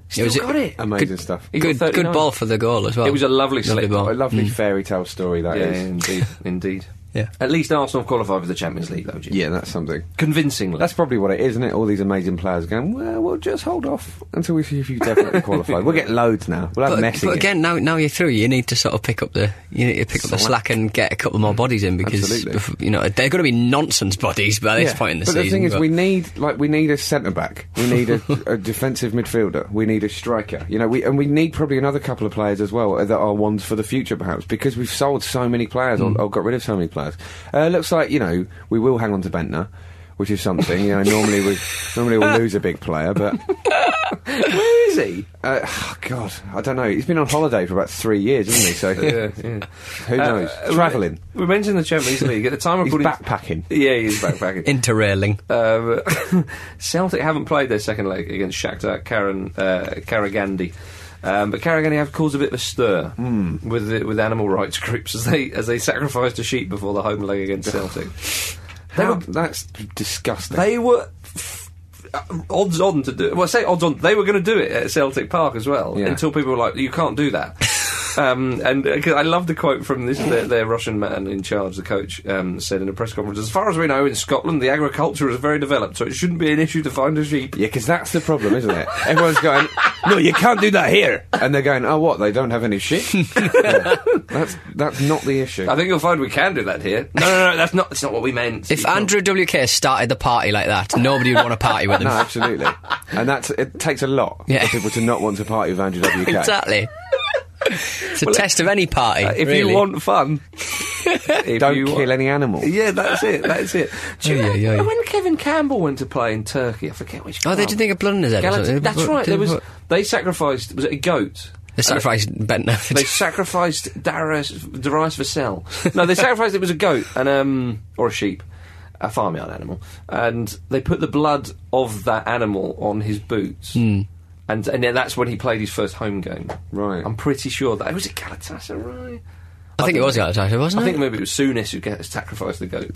Speaker 2: Still
Speaker 3: was-
Speaker 2: got it.
Speaker 4: Amazing
Speaker 3: Good-
Speaker 4: stuff.
Speaker 2: He got
Speaker 3: good, good
Speaker 2: 39.
Speaker 3: ball for the goal as well.
Speaker 2: It was a lovely slip.
Speaker 4: A
Speaker 3: ball.
Speaker 4: lovely fairy tale story that
Speaker 2: Yeah,
Speaker 4: is.
Speaker 2: indeed, indeed.
Speaker 3: Yeah.
Speaker 2: At least Arsenal qualified for the Champions League, though, Jim.
Speaker 4: Yeah, that's something.
Speaker 2: Convincingly.
Speaker 4: That's probably what it is, isn't it? All these amazing players going, well, we'll just hold off until we see if you definitely qualify. We'll get loads now. We'll have
Speaker 3: But,
Speaker 4: Messi.
Speaker 3: but
Speaker 4: in.
Speaker 3: again, now now you're through, you need to sort of pick up the you need to pick up the slack and get a couple more bodies in because
Speaker 4: Absolutely.
Speaker 3: bef- you know they're going to be nonsense bodies by this
Speaker 4: Yeah.
Speaker 3: point in the
Speaker 4: but
Speaker 3: season.
Speaker 4: the thing is,
Speaker 3: but-
Speaker 4: we need like we need a centre back, we need a, a defensive midfielder, we need a striker. You know, we and we need probably another couple of players as well uh, that are ones for the future, perhaps because we've sold so many players
Speaker 3: Hmm.
Speaker 4: or, or got rid of so many players. Uh, looks like you know we will hang on to Bentner. Which is something you know. Normally, we normally we'll lose a big player, but
Speaker 2: Where is he?
Speaker 4: uh, oh God, I don't know. He's been on holiday for about three years, hasn't he? So who
Speaker 3: Uh,
Speaker 4: knows? Travelling,
Speaker 2: We mentioned the Champions League at the time.
Speaker 4: he's
Speaker 2: recording-
Speaker 4: backpacking.
Speaker 2: Yeah, he's backpacking.
Speaker 3: interrailing.
Speaker 2: Um, Celtic haven't played their second leg against Shakhtar Karan, uh, Karagandhi. Um, but Karagandhi have caused a bit of a stir with the, with animal rights groups as they as they sacrificed a sheep before the home leg against Celtic. they
Speaker 4: How-
Speaker 2: were
Speaker 4: that's disgusting.
Speaker 2: they were f- uh, odds on to do. Well, say odds on. They were going to do it at Celtic Park as well
Speaker 4: Yeah.
Speaker 2: until people were like, "You can't do that." um, and uh 'cause I love the quote from this their, their Russian man in charge, the coach, um, said in a press conference. As far as we know, in Scotland, the agriculture is very developed, so it shouldn't be an issue to find a sheep.
Speaker 4: Yeah, because that's the problem, isn't it? Everyone's going, no, you can't do that here. And they're going, oh, what? They don't have any shit. Yeah. That's that's not the issue.
Speaker 2: I think you'll find we can do that here. No, no, no, that's not. That's not what we meant.
Speaker 3: If Andrew WK started the party like that, nobody would want to party with him.
Speaker 4: No, absolutely. And that's it takes a lot
Speaker 3: Yeah. uh,
Speaker 4: for people to not want to party with Andrew WK.
Speaker 3: Exactly. It's a test of any party.
Speaker 4: uh,
Speaker 2: if
Speaker 3: really.
Speaker 2: you want fun, if
Speaker 4: Don't
Speaker 2: you
Speaker 4: kill
Speaker 2: want-
Speaker 4: any animals.
Speaker 2: Yeah, that's it. That's it. Do you
Speaker 3: Oh, yeah, yeah, yeah.
Speaker 2: When Kevin Campbell went to play in Turkey, I forget which.
Speaker 3: Oh, they
Speaker 2: club.
Speaker 3: didn't think of blood in his head. or
Speaker 2: Galatasaray-
Speaker 3: something.
Speaker 2: that's
Speaker 3: What-
Speaker 2: right. There
Speaker 3: did-
Speaker 2: was
Speaker 3: what-
Speaker 2: they sacrificed. Was it a goat?
Speaker 3: They sacrificed Bentner.
Speaker 2: They sacrificed Darius Darius Vassell. No, they sacrificed. It was a goat and um or a sheep, a farmyard animal, and they put the blood of that animal on his boots.
Speaker 3: Hmm.
Speaker 2: And, and then that's when he played his first home game.
Speaker 4: Right.
Speaker 2: I'm pretty sure that was it Galatasaray.
Speaker 3: I think it was Galatasaray, wasn't
Speaker 2: I
Speaker 3: it?
Speaker 2: think maybe it was Souness who ga- sacrificed the goat.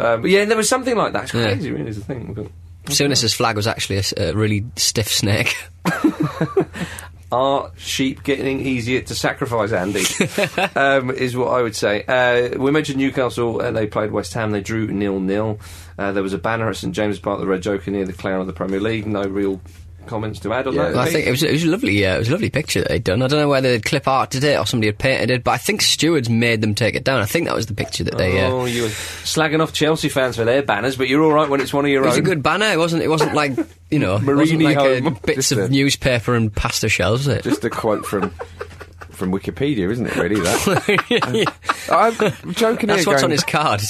Speaker 2: um, but yeah, there was something like that. It's
Speaker 3: Yeah.
Speaker 2: crazy, really, is the thing. But-
Speaker 3: Soonest flag was actually a s- a, really stiff snake.
Speaker 2: Are sheep getting easier to sacrifice, Andy? um, is what I would say. Uh, we mentioned Newcastle, uh, they played West Ham, they drew nil nil. Uh, there was a banner at St James's Park, the Red Joker near the clown of the Premier League. No real comments to add on
Speaker 4: Yeah.
Speaker 2: that.
Speaker 3: Well, I
Speaker 2: Pete?
Speaker 3: think it was, it was a lovely, uh, it was a lovely picture that they'd done. I don't know whether they'd clip arted it or somebody had painted it, but I think stewards made them take it down. I think that was the picture that they. Uh,
Speaker 2: Oh, you were slagging off Chelsea fans for their banners, but you're all right when it's one of your
Speaker 3: it was
Speaker 2: own.
Speaker 3: a good banner. It wasn't. It wasn't like you know. It wasn't
Speaker 2: Marini
Speaker 3: like uh,
Speaker 2: home.
Speaker 3: bits
Speaker 4: Just
Speaker 3: of
Speaker 4: a-
Speaker 3: newspaper and pasta shells. Was it?
Speaker 4: Just a quote from from Wikipedia, isn't it? Really, that. I'm joking.
Speaker 3: That's
Speaker 4: here
Speaker 3: what's
Speaker 4: going,
Speaker 3: on his card.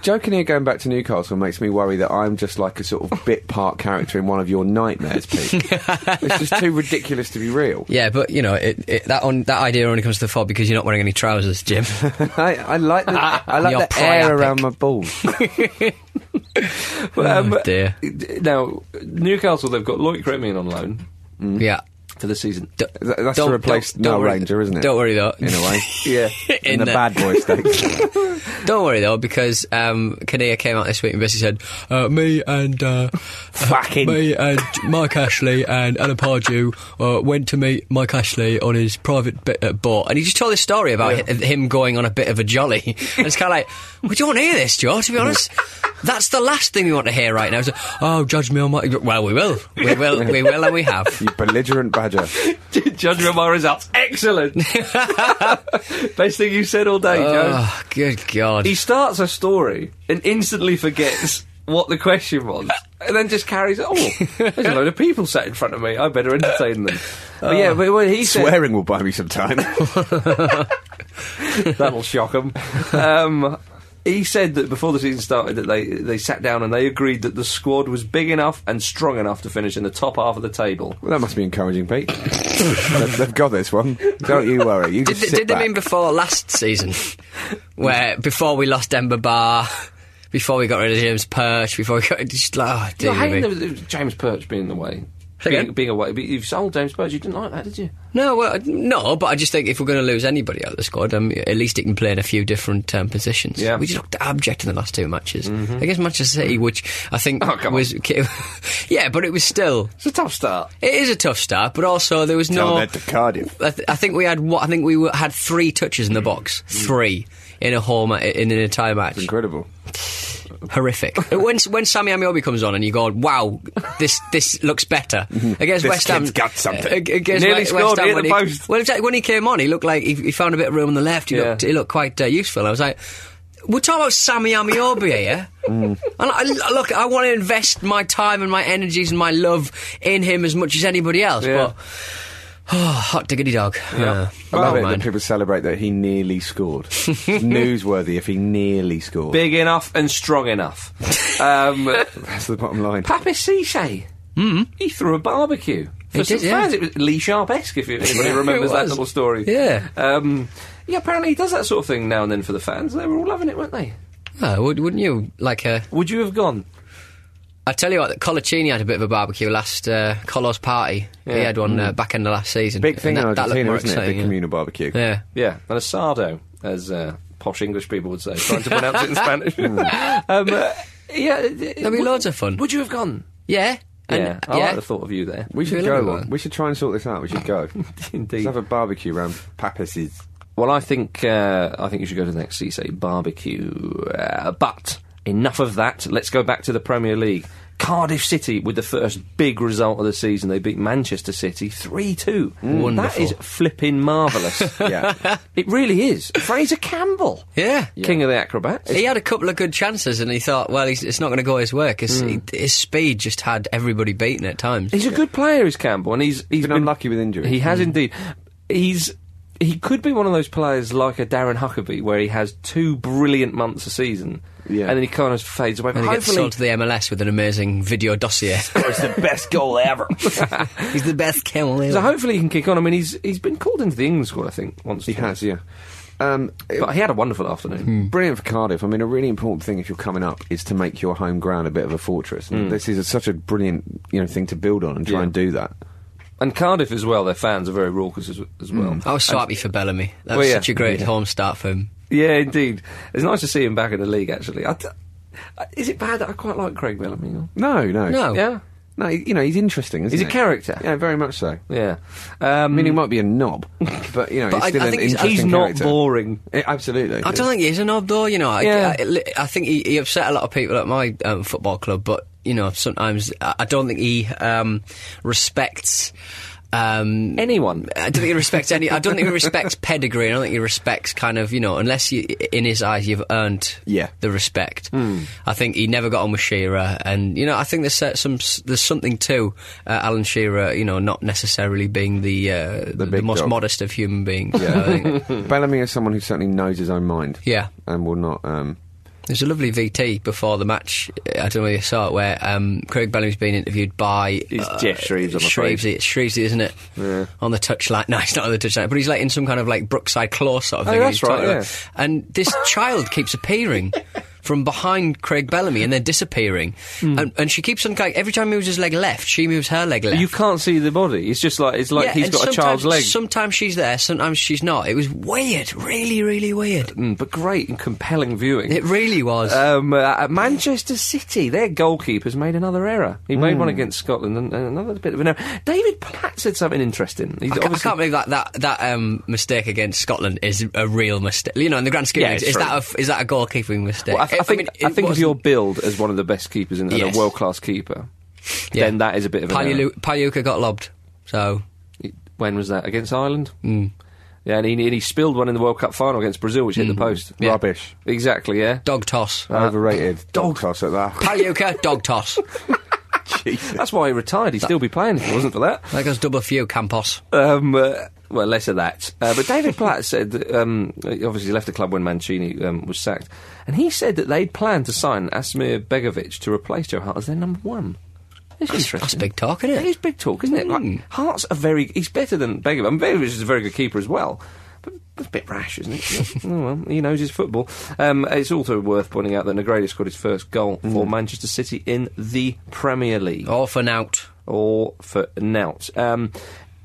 Speaker 4: Joking here, going back to Newcastle makes me worry that I'm just like a sort of bit part character in one of your nightmares, Pete. it's just too ridiculous to be real.
Speaker 3: yeah, but you know it, it, that on, that idea only comes to the fore because you're not wearing any trousers, Jim.
Speaker 4: I, I like the, I
Speaker 3: You're
Speaker 4: like the air
Speaker 3: priapic.
Speaker 4: around my balls.
Speaker 2: Um,
Speaker 3: oh dear.
Speaker 2: Now, Newcastle, they've got Loic Remy on loan
Speaker 3: Yeah.
Speaker 2: for the season.
Speaker 3: Don't-
Speaker 4: Th- That's to
Speaker 3: don't-
Speaker 4: replace
Speaker 3: don't- don't
Speaker 4: Noel
Speaker 3: worry-
Speaker 4: Ranger, isn't it?
Speaker 3: Don't worry though.
Speaker 4: In a way.
Speaker 2: Yeah.
Speaker 4: In,
Speaker 3: In
Speaker 4: the
Speaker 3: the-
Speaker 4: bad boy stakes.
Speaker 3: Don't worry though, because um, Kinnear came out this week and basically said, uh, "Me and uh,
Speaker 4: Fucking-
Speaker 3: me and Mark Ashley and Anna Pardew uh, went to meet Mike Ashley on his private bit uh, boat." And he just told this story about hi- him going on a bit of a jolly. and it's kind of like, "We don't want to hear this, Joe. To be honest." That's the last thing we want to hear right now. It's like, oh, judge me on my. Well, we will. We will. We will, and we have.
Speaker 4: you belligerent badger.
Speaker 2: Judge me on my results. Excellent. Best thing you said all day, Joe.
Speaker 3: Oh, good God.
Speaker 2: He starts a story and instantly forgets what the question was, and then just carries it. Oh, there's a load of people sat in front of me. I better entertain them. But yeah, but when he said
Speaker 4: Swearing will buy me some time.
Speaker 2: that'll shock him. Um, he said that before the season started, that they they sat down and they agreed that the squad was big enough and strong enough to finish in the top half of the table.
Speaker 4: well, that must be encouraging, Pete. They've- They've got this one. Don't you worry. You
Speaker 3: Did,
Speaker 4: just
Speaker 3: they-
Speaker 4: sit
Speaker 3: did they
Speaker 4: back.
Speaker 3: mean before last season, where before we lost Denver Bar, before we got rid of James Perch, before we got just like oh,
Speaker 2: You're
Speaker 3: dear
Speaker 2: hating
Speaker 3: me.
Speaker 2: the- the- James Perch being in the way.
Speaker 3: Say
Speaker 2: Being,
Speaker 3: again?
Speaker 2: being away, but you've sold James Perch. You didn't like that, did you?
Speaker 3: no, well, I- no, but I just think if we're going to lose anybody out of the squad, um, at least it can play in a few different um, positions.
Speaker 2: Yeah. Mm-hmm.
Speaker 3: we just looked abject in the last two matches against Manchester City, which I think
Speaker 2: Oh, come on.
Speaker 3: was yeah, but it was still
Speaker 2: It's a tough start.
Speaker 3: it is a tough start, but also there was
Speaker 4: Tell
Speaker 3: no
Speaker 4: that to Oh, Cardiff.
Speaker 2: Mm.
Speaker 3: I, th- I think we had what I think we were, had three touches in the box, three. in a whole ma- in an entire match.
Speaker 4: Incredible.
Speaker 3: Horrific. when when Sammy Amiobi comes on and you go, wow, this this looks better against
Speaker 4: This
Speaker 3: West Ham.
Speaker 4: kid's got something.
Speaker 3: uh, Against
Speaker 2: Nearly
Speaker 3: We- West,
Speaker 2: scored,
Speaker 3: Ham
Speaker 2: he hit
Speaker 3: when
Speaker 2: the post.
Speaker 3: well, exactly, when he came on, he looked like he, he found a bit of room on the left. He
Speaker 2: Yeah.
Speaker 3: looked he looked quite uh, useful. I was like. We're talking about Sammy Amiobi here. And I, I- look, I want to invest my time and my energies and my love in him as much as anybody else.
Speaker 2: Yeah.
Speaker 3: But, oh, hot diggity dog. Yeah.
Speaker 4: I love
Speaker 3: Oh,
Speaker 4: it
Speaker 3: man.
Speaker 4: that people celebrate that he nearly scored. Newsworthy if he nearly scored.
Speaker 2: Big enough and strong enough. Um,
Speaker 4: That's the bottom line.
Speaker 2: Papi Cisse. Mm. He threw a barbecue. For
Speaker 3: He
Speaker 2: some
Speaker 3: did, yeah.
Speaker 2: fans, it was Lee Sharp-esque, if you- anybody
Speaker 3: It
Speaker 2: remembers that
Speaker 3: was.
Speaker 2: little story.
Speaker 3: Yeah.
Speaker 2: Um, yeah, apparently he does that sort of thing now and then for the fans. They were all loving it, weren't they?
Speaker 3: Oh, would- wouldn't you like a?
Speaker 2: Would you have gone?
Speaker 3: I tell you what, Colaccini had a bit of a barbecue last uh, Colo's party. He
Speaker 2: Yeah.
Speaker 3: had one uh, back end of last season.
Speaker 4: Big
Speaker 3: And
Speaker 4: thing in
Speaker 3: that- that looked
Speaker 4: Argentina,
Speaker 3: more
Speaker 4: isn't it? Big
Speaker 3: exciting, yeah.
Speaker 4: communal barbecue.
Speaker 3: Yeah.
Speaker 2: Yeah, an asado, as uh, posh English people would say, trying to pronounce it in Spanish. um, uh, yeah, that'd
Speaker 3: be loads of fun.
Speaker 2: Would you have gone?
Speaker 3: yeah, And-
Speaker 2: yeah, I like the thought of you there.
Speaker 4: We should
Speaker 3: Really
Speaker 4: go.
Speaker 3: good.
Speaker 4: on. We should try and sort this out. We should go. Let's
Speaker 2: Indeed.
Speaker 4: have a barbecue round Papis's.
Speaker 2: Well, I think uh, I think you should go to the next CSA barbecue. Uh, but enough of that. Let's go back to the Premier League. Cardiff City with the first big result of the season. They beat Manchester City 3 2. That
Speaker 3: Wonderful.
Speaker 2: is flipping marvellous.
Speaker 4: Yeah.
Speaker 2: it really is. Fraser Campbell,
Speaker 3: yeah.
Speaker 2: King of the Acrobats.
Speaker 3: He had a couple of good chances, and he thought, well, he's, it's not going to go his way because his speed just had everybody beaten at times.
Speaker 2: He's a good player, is Campbell, and he's he's
Speaker 4: Been unlucky with injuries.
Speaker 2: He
Speaker 3: Mm.
Speaker 2: has indeed. He's he could be one of those players like a Darren Huckabee, where he has two brilliant months a season,
Speaker 4: Yeah.
Speaker 2: and then he kind of fades away. But
Speaker 3: And he gets
Speaker 2: hopefully,
Speaker 3: sold to the MLS with an amazing video dossier.
Speaker 4: it's the best goal ever.
Speaker 3: he's the best Camel
Speaker 2: so hopefully he can kick on. I mean, he's he's been called into the England squad, I think, once.
Speaker 4: he has. Hmm. Yeah. Um,
Speaker 2: but he had a wonderful afternoon.
Speaker 4: Brilliant for Cardiff. I mean, a really important thing if you're coming up is to make your home ground a bit of a fortress. And This is a, such a brilliant you know thing to build on and try
Speaker 2: Yeah.
Speaker 4: and do that.
Speaker 2: And Cardiff as well. Their fans are very raucous as, as well.
Speaker 4: Hmm.
Speaker 2: Uh,
Speaker 3: I was so happy for Bellamy. That was
Speaker 2: Well, yeah.
Speaker 3: such a great home start for him.
Speaker 2: Yeah, indeed. It's nice to see him back in the league. Actually, I t- I- is it bad that I quite like Craig Bellamy? or-
Speaker 4: No, no,
Speaker 3: No.
Speaker 2: Yeah,
Speaker 4: no. he- You know, he's interesting. Isn't
Speaker 2: he's a
Speaker 4: he?
Speaker 2: character.
Speaker 4: Yeah, very much so.
Speaker 2: Yeah, Um,
Speaker 4: I mean, he might be a knob, but you know, he's
Speaker 3: I-
Speaker 4: still
Speaker 3: I
Speaker 4: an
Speaker 3: think he's-
Speaker 4: interesting
Speaker 2: he's not
Speaker 4: character.
Speaker 2: boring.
Speaker 4: Eh, absolutely.
Speaker 3: I don't think he is an odd though. You know, I,
Speaker 2: Yeah.
Speaker 3: I, I think he, he upset a lot of people at my um, football club, but you know, sometimes I, I don't think he um, respects. Um,
Speaker 2: Anyone.
Speaker 3: I don't think he respects any. I don't think he respects pedigree. I don't think he respects kind of you know, unless you, in his eyes you've earned
Speaker 4: Yeah. Hmm.
Speaker 3: the respect. I think he never got on with Shearer, and you know, I think there's uh, some there's something to uh, Alan Shearer. You know, not necessarily being the uh, the,
Speaker 4: big
Speaker 3: most
Speaker 4: dog.
Speaker 3: modest of human beings. I think.
Speaker 4: Bellamy is someone who certainly knows his own mind.
Speaker 3: Yeah.
Speaker 4: and will not. Um,
Speaker 3: There's a lovely VT before the match. I don't know if you saw it, where um, Craig Bellamy's been interviewed by
Speaker 2: It's Jeff Shreves, I'm afraid.
Speaker 3: Shrevesy, it's Shrevesy, isn't it? Yeah. On the touchline. No, he's not on the touchline, but he's like in some kind of like Brookside Claw sort of
Speaker 2: Oh,
Speaker 3: thing.
Speaker 2: that's
Speaker 3: he's talking
Speaker 2: right,
Speaker 3: about. And this child keeps appearing from behind Craig Bellamy and then disappearing.
Speaker 2: Hmm.
Speaker 3: And, and she keeps on like every time he moves his leg left, she moves her leg left.
Speaker 2: You can't see the body. It's just like it's like
Speaker 3: Yeah,
Speaker 2: he's
Speaker 3: and
Speaker 2: got a child's
Speaker 3: sometimes-
Speaker 2: leg.
Speaker 3: Sometimes she's there, sometimes she's not. It was weird, really, really weird.
Speaker 2: Mm, but great and compelling viewing.
Speaker 3: It really was.
Speaker 2: um, uh, at Manchester City, their goalkeeper's made another error. He
Speaker 3: Hmm.
Speaker 2: made one against Scotland and, and another bit of an error. David Platt said something interesting. He's
Speaker 3: I ca- I
Speaker 2: obviously-
Speaker 3: can't believe that that that um, mistake against Scotland is a real mistake. You know, in the grand scheme,
Speaker 2: Yeah,
Speaker 3: of things,
Speaker 2: it's
Speaker 3: is
Speaker 2: true.
Speaker 3: that a, f- is that a goalkeeping mistake?
Speaker 2: Well, I, th- I think,
Speaker 3: mean,
Speaker 2: I
Speaker 3: it
Speaker 2: think if
Speaker 3: wasn't-
Speaker 2: you're billed as one of the best keepers in, and
Speaker 3: Yes.
Speaker 2: a world class keeper,
Speaker 3: Yeah.
Speaker 2: then that is a bit of an error.
Speaker 3: Palu- Paluka got lobbed, so
Speaker 2: When was that? Against Ireland?
Speaker 3: Hmm.
Speaker 2: Mm. Yeah, and he, and he spilled one in the World Cup final against Brazil, which hit the post.
Speaker 3: Hmm. Yeah.
Speaker 4: Rubbish.
Speaker 2: Exactly, yeah.
Speaker 3: dog toss.
Speaker 2: Uh,
Speaker 4: Overrated. Dog toss at that.
Speaker 3: Paluka, dog toss.
Speaker 2: That's why he retired. He'd still be playing if it wasn't for that.
Speaker 3: That goes double few Campos.
Speaker 2: Um, uh, well, less of that. Uh, but David Platt said, that, um, he obviously left the club when Mancini um, was sacked, and he said that they'd planned to sign Asmir Begovic to replace Joe Hart as their number one. It's interesting.
Speaker 3: That's big Hmm. talk, isn't
Speaker 2: It is
Speaker 3: it?
Speaker 2: big talk, isn't it? Like, Hart's a very, he's better than Begovic. I mean, Begovic is a very good keeper as well. But that's a bit rash, isn't it? oh, well, he knows his football. Um, it's also worth pointing out that Negredo scored his first goal for
Speaker 3: Hmm.
Speaker 2: Manchester City in the Premier League
Speaker 3: Off and out.
Speaker 2: or for Nout. Um,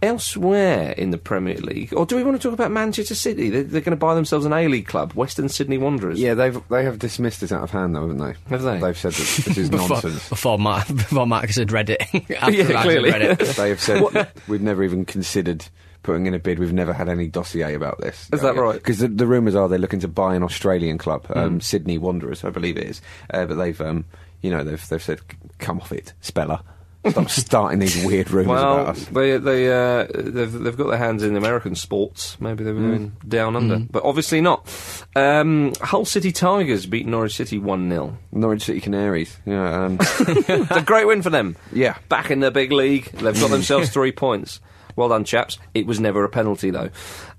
Speaker 2: elsewhere in the Premier League, or do we want to talk about Manchester City? They're, they're going to buy themselves an A League club, Western Sydney Wanderers.
Speaker 4: Yeah, they've they have dismissed it out of hand, though, haven't they?
Speaker 2: Have they?
Speaker 4: They've said that this is
Speaker 3: Before,
Speaker 4: nonsense.
Speaker 3: before, Mar- before Marcus had read it. After
Speaker 2: Yeah,
Speaker 3: Marcus
Speaker 2: clearly.
Speaker 3: Had read it.
Speaker 4: they have said we've never even considered putting in a bid. We've never had any dossier about this.
Speaker 2: Is that right? Mm.
Speaker 4: Because the, the rumours are they're looking to buy an Australian club, um, Sydney Wanderers, I believe it is. Uh, but they've, um, you know, they've they've said, "Come off it, speller." Stop starting these weird rumours about
Speaker 2: Well,
Speaker 4: us.
Speaker 2: they they uh, they've they've got their hands in American sports. Maybe they
Speaker 4: Mm.
Speaker 2: were doing down under, but obviously not. Um, Hull City Tigers beat Norwich City one 0
Speaker 4: Norwich City Canaries. Yeah, um,
Speaker 2: It's a great win for them.
Speaker 4: Yeah.
Speaker 2: back in the big league, they've got themselves three points. Well done, chaps. It was never a penalty though.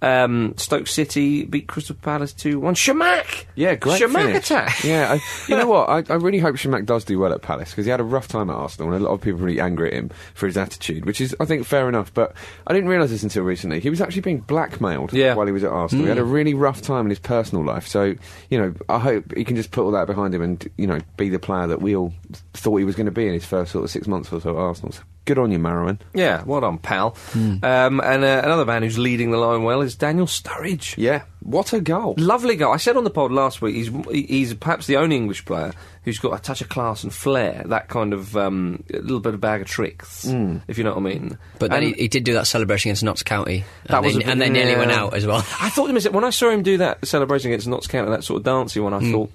Speaker 2: Um, Stoke City beat Crystal Palace two one. Shamak,
Speaker 4: yeah, great
Speaker 2: Shamak
Speaker 4: finish.
Speaker 2: attack.
Speaker 4: Yeah, I, you know what? I, I really hope Shamak does do well at Palace because he had a rough time at Arsenal, and a lot of people were really angry at him for his attitude, which is, I think, fair enough. But I didn't realise this until recently. He was actually being blackmailed
Speaker 2: Yeah.
Speaker 4: while he was at Arsenal. He had a really rough time in his personal life. So, you know, I hope he can just put all that behind him and, you know, be the player that we all thought he was going to be in his first sort of six months or so at Arsenal. So good on you, Marouin.
Speaker 2: Yeah, well done, pal.
Speaker 4: Hmm.
Speaker 2: Um, and uh, another man who's leading the line well is Daniel Sturridge.
Speaker 4: Yeah, what a goal.
Speaker 2: Lovely guy. I said on the pod last week he's he's perhaps the only English player who's got a touch of class and flair, that kind of um, a little bit of bag of tricks,
Speaker 4: Hmm.
Speaker 2: if you know what I mean.
Speaker 3: But then
Speaker 2: And-
Speaker 3: he, he did do that celebration against Notts County, and,
Speaker 2: Um, That
Speaker 3: they,
Speaker 2: was a bit-
Speaker 3: and they nearly went
Speaker 2: yeah.
Speaker 3: out as well.
Speaker 2: I thought to myself- when I saw him do that celebration against Notts County, that sort of dancey one, I thought,